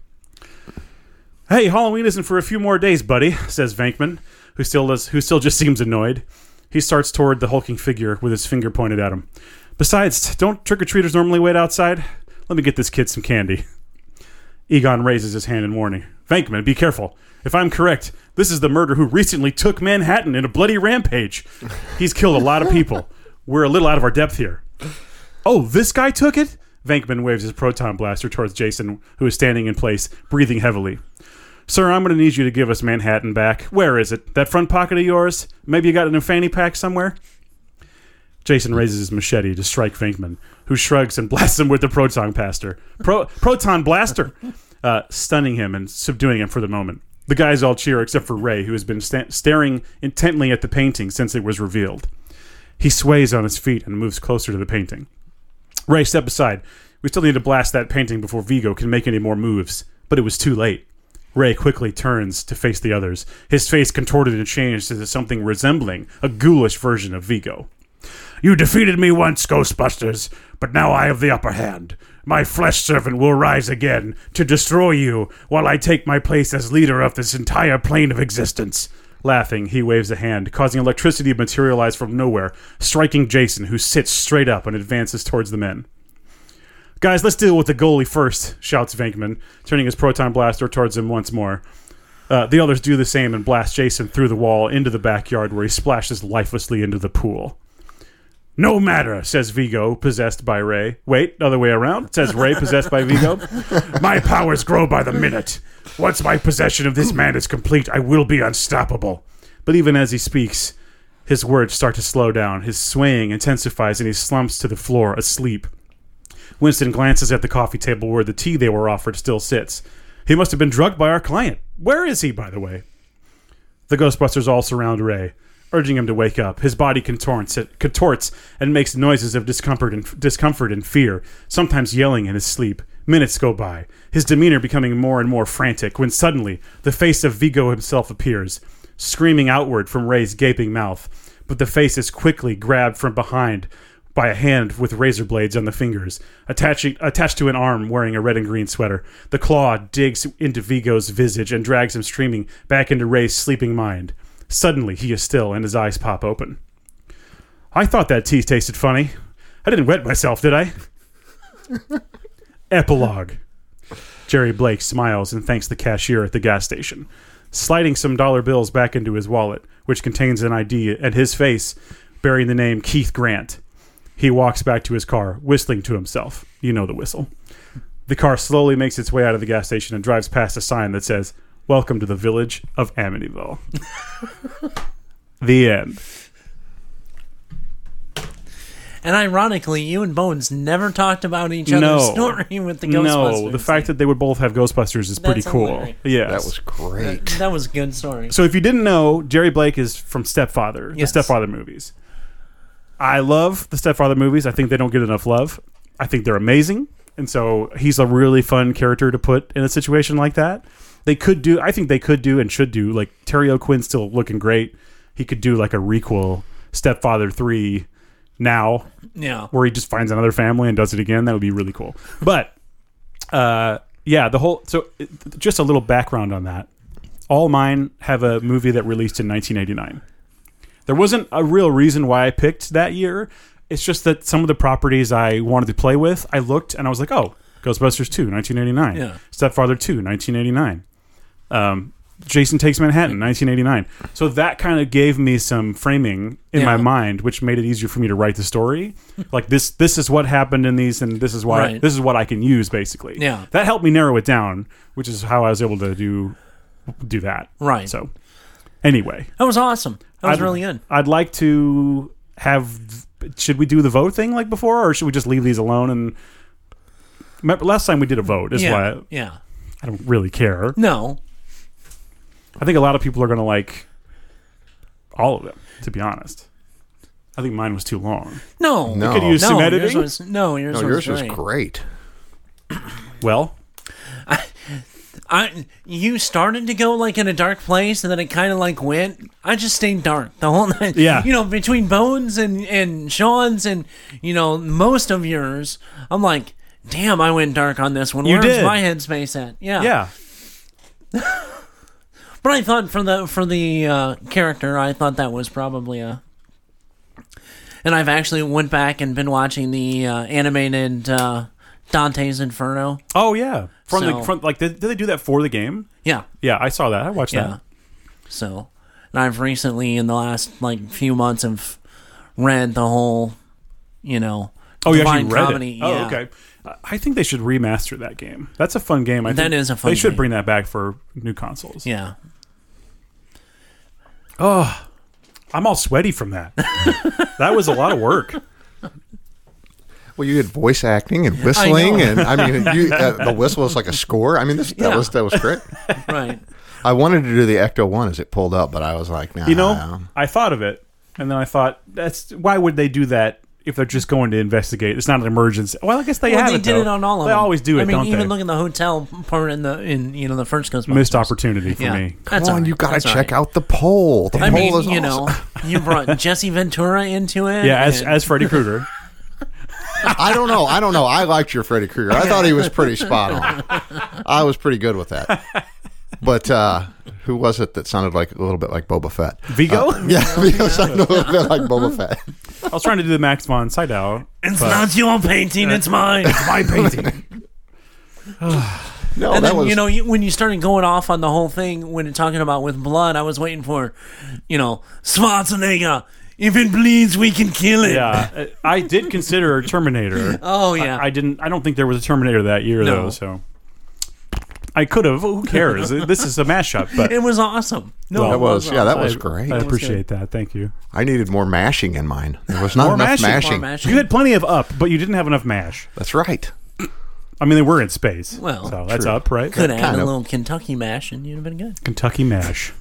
Speaker 2: Hey, Halloween isn't for a few more days, buddy, says Vankman, who still does, who still just [laughs] seems annoyed. He starts toward the hulking figure with his finger pointed at him. Besides, don't trick or treaters normally wait outside? Let me get this kid some candy. Egon raises his hand in warning. Vankman, be careful. If I'm correct, this is the murderer who recently took Manhattan in a bloody rampage. He's killed a lot of people. We're a little out of our depth here. Oh, this guy took it? Vankman waves his proton blaster towards Jason, who is standing in place, breathing heavily. Sir, I'm going to need you to give us Manhattan back. Where is it? That front pocket of yours? Maybe you got it in a fanny pack somewhere? Jason raises his machete to strike Finkman, who shrugs and [laughs] blasts him with the proton blaster. Pro- proton blaster, uh, stunning him and subduing him for the moment. The guys all cheer except for Ray, who has been sta- staring intently at the painting since it was revealed. He sways on his feet and moves closer to the painting. Ray, step aside. We still need to blast that painting before Vigo can make any more moves. But it was too late. Ray quickly turns to face the others, his face contorted and changed into something resembling a ghoulish version of Vigo. You defeated me once, Ghostbusters, but now I have the upper hand. My flesh servant will rise again to destroy you while I take my place as leader of this entire plane of existence. Laughing, he waves a hand, causing electricity to materialize from nowhere, striking Jason, who sits straight up and advances towards the men. Guys, let's deal with the goalie first, shouts Venkman, turning his proton blaster towards him once more. Uh, the others do the same and blast Jason through the wall into the backyard where he splashes lifelessly into the pool. No matter, says Vigo, possessed by Ray. Wait, other way around, says Ray, possessed by Vigo. My powers grow by the minute. Once my possession of this man is complete, I will be unstoppable. But even as he speaks, his words start to slow down. His swaying intensifies and he slumps to the floor, asleep. Winston glances at the coffee table where the tea they were offered still sits. He must have been drugged by our client. Where is he, by the way? The Ghostbusters all surround Ray, urging him to wake up. His body contorts, contorts and makes noises of discomfort and discomfort and fear, sometimes yelling in his sleep. Minutes go by, his demeanor becoming more and more frantic, when suddenly the face of Vigo himself appears, screaming outward from Ray's gaping mouth. But the face is quickly grabbed from behind by a hand with razor blades on the fingers, attaching, attached to an arm wearing a red and green sweater. The claw digs into Vigo's visage and drags him streaming back into Ray's sleeping mind. Suddenly, he is still and his eyes pop open. I thought that tea tasted funny. I didn't wet myself, did I? [laughs] Epilogue. Jerry Blake smiles and thanks the cashier at the gas station, sliding some dollar bills back into his wallet, which contains an ID and his face, bearing the name Keith Grant. He walks back to his car, whistling to himself. You know the whistle. The car slowly makes its way out of the gas station and drives past a sign that says, Welcome to the village of
Speaker 1: [laughs]
Speaker 2: Amityville. the end.
Speaker 1: And ironically, you and Bones never talked about each other's
Speaker 2: No.
Speaker 1: story with the Ghostbusters.
Speaker 2: No, the fact that they would both have Ghostbusters is pretty
Speaker 1: That's
Speaker 2: cool.
Speaker 1: hilarious.
Speaker 2: Yeah.
Speaker 3: That was great.
Speaker 1: that was a good story.
Speaker 2: So if you didn't know, Jerry Blake is from Stepfather,
Speaker 1: Yes.
Speaker 2: the Stepfather movies. I love the Stepfather movies. I think they don't get enough love. I think they're amazing. And so he's a really fun character to put in a situation like that. They could do I think they could do and should do like Terry O'Quinn's still looking great. He could do like a requel Stepfather 3 now
Speaker 1: Yeah.
Speaker 2: where he just finds another family and does it again. That would be really cool. But uh, yeah, the whole so it- just a little background on that. All mine have a movie that released in 1989. There wasn't a real reason why I picked that year. It's just that some of the properties I wanted to play with, I looked and I was like, oh, Ghostbusters 2, 1989.
Speaker 1: Yeah.
Speaker 2: Stepfather 2, 1989. Um, Jason Takes Manhattan, 1989. So that kind of gave me some framing in my
Speaker 1: Yeah.
Speaker 2: mind, which made it easier for me to write
Speaker 1: [laughs]
Speaker 2: the story. like this, this is what happened in these, and this is why
Speaker 1: Right.
Speaker 2: this is what I can use, basically.
Speaker 1: Yeah.
Speaker 2: that helped me narrow it down, which is how I was able to do do that.
Speaker 1: Right.
Speaker 2: So, anyway,
Speaker 1: That was awesome. That was
Speaker 2: I'd-
Speaker 1: really good.
Speaker 2: I'd like to have. Should we do the vote thing like before, or should we just leave these alone? And remember, last time we did a vote. Is
Speaker 1: yeah.
Speaker 2: why I,
Speaker 1: yeah.
Speaker 2: I don't really care.
Speaker 1: No.
Speaker 2: I think a lot of people are going to like all of them. To be honest, I think mine was too long.
Speaker 1: Oh. No.
Speaker 3: No.
Speaker 2: Could use some
Speaker 1: No,
Speaker 2: editing.
Speaker 1: yours was, no, yours,
Speaker 3: No,
Speaker 1: was,
Speaker 3: yours was
Speaker 1: great.
Speaker 3: great.
Speaker 2: well,
Speaker 1: I you started to go like in a dark place and then it kind of like went. I just stayed dark the whole [laughs] night.
Speaker 2: Yeah.
Speaker 1: you know between Bones and and Sean's and you know most of yours, I'm like, damn, I went dark on this one.
Speaker 2: You
Speaker 1: Where's
Speaker 2: did.
Speaker 1: my headspace at? Yeah,
Speaker 2: yeah,
Speaker 1: But I thought for the for the uh, character, I thought that was probably a. And I've actually went back and been watching the uh, animated uh, Dante's Inferno.
Speaker 2: oh yeah. From
Speaker 1: So-
Speaker 2: the from like, did, did they do that for the game?
Speaker 1: Yeah,
Speaker 2: Yeah, I saw that. I watched
Speaker 1: Yeah.
Speaker 2: that.
Speaker 1: So, and I've recently in the last like few months have read the whole, you know,
Speaker 2: Oh, you
Speaker 1: Divine
Speaker 2: actually read
Speaker 1: Comedy.
Speaker 2: it. Oh,
Speaker 1: yeah.
Speaker 2: okay. I- I think they should remaster that game. That's a fun game. I
Speaker 1: That
Speaker 2: think
Speaker 1: is a fun
Speaker 2: They should
Speaker 1: game.
Speaker 2: bring that back for new consoles. [laughs]
Speaker 1: Yeah.
Speaker 2: I'm all sweaty from that. [laughs] that was a lot of work.
Speaker 3: Well, you had voice acting and whistling,
Speaker 1: know.
Speaker 3: and I mean, you, uh, the whistle is like a score. I mean, this, that
Speaker 1: Yeah.
Speaker 3: was that was great.
Speaker 1: Right.
Speaker 3: I wanted to do the Ecto One as it pulled up, but I was like, nah.
Speaker 2: You know,
Speaker 1: Um,
Speaker 2: I thought of it, and then I thought, that's why would they do that if they're just going to investigate? It's not an emergency. Well, I guess they
Speaker 1: well,
Speaker 2: have
Speaker 1: they
Speaker 2: it,
Speaker 1: did
Speaker 2: though.
Speaker 1: it on all of
Speaker 2: They
Speaker 1: them.
Speaker 2: always do it,
Speaker 1: I mean,
Speaker 2: don't
Speaker 1: even
Speaker 2: they?
Speaker 1: look at the hotel part in the in you know the first Ghostbusters.
Speaker 2: Missed opportunity for
Speaker 1: Yeah.
Speaker 2: me.
Speaker 1: That's
Speaker 3: Come
Speaker 1: all
Speaker 3: on,
Speaker 1: right.
Speaker 3: you got
Speaker 1: That's
Speaker 3: to
Speaker 1: all
Speaker 3: check
Speaker 1: right.
Speaker 3: out the poll. The
Speaker 1: I
Speaker 3: poll
Speaker 1: mean,
Speaker 3: is
Speaker 1: you
Speaker 3: awesome. [laughs]
Speaker 1: know, you brought Jesse Ventura into it.
Speaker 2: [laughs] Yeah, as
Speaker 1: and-
Speaker 2: as
Speaker 1: [laughs]
Speaker 2: Freddy Krueger.
Speaker 3: I don't know. I don't know. I liked your Freddy Krueger. I thought he was pretty spot on. I was pretty good with that. But uh, who was it that sounded like a little bit like Boba Fett?
Speaker 2: Vigo?
Speaker 3: [laughs]
Speaker 1: Uh,
Speaker 3: Yeah, because I know a little bit like Boba Fett.
Speaker 2: I was trying to do the Max
Speaker 1: [laughs]
Speaker 2: von Sydow.
Speaker 1: it's not your painting, it's mine.
Speaker 2: My painting.
Speaker 3: No,
Speaker 1: and
Speaker 3: that
Speaker 1: then
Speaker 3: was
Speaker 1: you know you, when you started going off on the whole thing when talking about with blood, I was waiting for, you know, Schwarzenegger. If it bleeds, we can kill it.
Speaker 2: yeah, I did consider Terminator.
Speaker 1: Oh yeah.
Speaker 2: I didn't. I don't think there was a Terminator that year
Speaker 1: No.
Speaker 2: though. So I could have.
Speaker 1: [laughs]
Speaker 2: Who cares? this is a mashup. But
Speaker 1: it was awesome. No,
Speaker 2: Well,
Speaker 1: it
Speaker 3: that was yeah, that
Speaker 1: awesome.
Speaker 3: was
Speaker 2: I
Speaker 3: great.
Speaker 2: appreciate that. Thank you.
Speaker 3: I needed more mashing in mine. There was not
Speaker 2: More
Speaker 3: enough
Speaker 2: mashing. More
Speaker 3: mashing.
Speaker 1: Format.
Speaker 2: You had plenty of up, but you didn't have enough mash.
Speaker 3: That's right.
Speaker 2: I mean, they were in space.
Speaker 1: Well,
Speaker 2: so that's
Speaker 3: true.
Speaker 2: up, right?
Speaker 1: Could have had
Speaker 3: kind
Speaker 1: a
Speaker 3: of-
Speaker 1: little Kentucky mash and you'd have been good.
Speaker 2: Kentucky mash.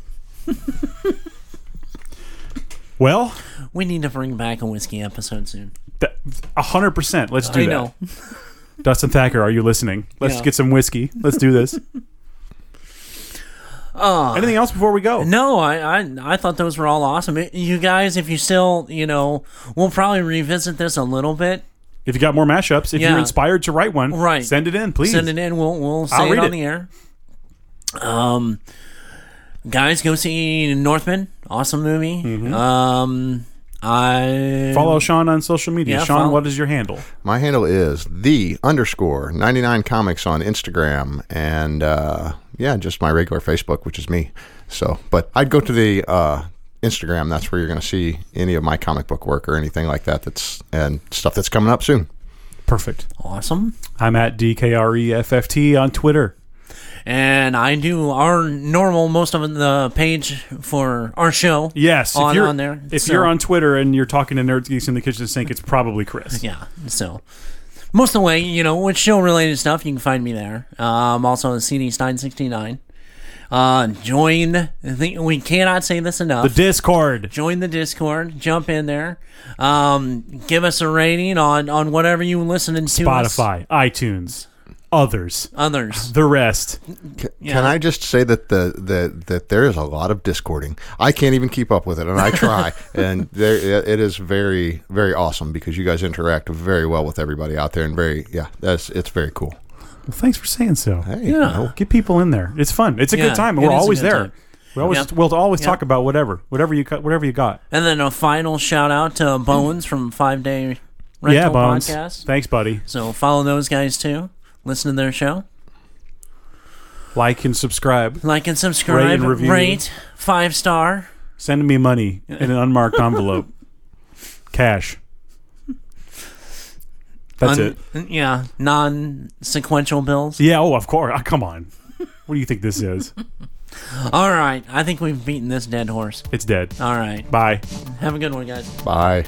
Speaker 2: well,
Speaker 1: We need to bring back a whiskey episode soon.
Speaker 2: that- a hundred percent. Let's do
Speaker 1: I
Speaker 2: that.
Speaker 1: know.
Speaker 2: Dustin Thacker, are you listening? Let's
Speaker 1: Yeah.
Speaker 2: get some whiskey. Let's do this. Anything else before we go?
Speaker 1: Ah. No, I, I I thought those were all awesome. It- you guys, if you still, you know, we'll probably revisit this a little bit.
Speaker 2: If you got more mashups, if
Speaker 1: Yeah.
Speaker 2: you're inspired to write one,
Speaker 1: Right.
Speaker 2: send it in, please.
Speaker 1: Send it in. We'll we'll say
Speaker 2: I'll
Speaker 1: it
Speaker 2: read
Speaker 1: on
Speaker 2: it.
Speaker 1: the air. Um, guys, go see Northman. Awesome movie.
Speaker 2: Mm-hmm.
Speaker 1: Um, I
Speaker 2: Follow Sean on social media.
Speaker 1: Yeah,
Speaker 2: Sean,
Speaker 1: follow-
Speaker 2: what is your handle?
Speaker 3: My handle is the underscore 99 comics on Instagram. And uh, yeah, just my regular Facebook, which is me. So, but I'd go to the uh, Instagram. That's where you're going to see any of my comic book work or anything like that. That's and stuff that's coming up soon.
Speaker 2: Perfect.
Speaker 1: awesome.
Speaker 2: I'm at E DKREFFT on Twitter.
Speaker 1: And I do our normal most of the page for our show.
Speaker 2: Yes,
Speaker 1: on,
Speaker 2: if you're
Speaker 1: on there.
Speaker 2: if
Speaker 1: So-
Speaker 2: you're on Twitter and you're talking to Nerds Geeks in the kitchen sink, it's probably Chris.
Speaker 1: yeah. So most of the way, you know, with show related stuff, you can find me there. Um, also on CD Stein sixty nine. Uh, join. The, we cannot say this enough.
Speaker 2: The Discord.
Speaker 1: join the discord jump in there um, give us a rating on on whatever you listening to us.
Speaker 2: Spotify, iTunes, others,
Speaker 1: others
Speaker 2: the rest.
Speaker 3: Can I just say that the, the that there is a lot of discording. I can't even keep up with it, and I try. and there, it is very very awesome because you guys interact very well with everybody out there, and very yeah, that's it's very cool.
Speaker 2: Well, thanks for saying so.
Speaker 3: Hey, yeah.
Speaker 2: Get people in there. It's fun. It's a
Speaker 1: Yeah,
Speaker 2: good time.
Speaker 1: it
Speaker 2: We're
Speaker 1: is a
Speaker 2: always
Speaker 1: good
Speaker 2: there.
Speaker 1: time.
Speaker 2: We always
Speaker 1: Yep.
Speaker 2: we'll always talk about whatever, whatever you got, whatever you got.
Speaker 1: and then a final shout out to bones from five day rental
Speaker 2: yeah, Bones.
Speaker 1: podcast
Speaker 2: Thanks, buddy.
Speaker 1: so follow those guys too listen to their show
Speaker 2: Like and subscribe.
Speaker 1: like and subscribe
Speaker 2: Rate and review.
Speaker 1: rate five star
Speaker 2: Send me money in an unmarked envelope. Cash. That's it.
Speaker 1: yeah non sequential bills
Speaker 2: Yeah, oh, of course. Ah, come on. What do you think this is?
Speaker 1: All right. I think we've beaten this dead horse.
Speaker 2: It's dead.
Speaker 1: All right.
Speaker 2: Bye.
Speaker 1: Uh, Have a good one, guys.
Speaker 3: Bye.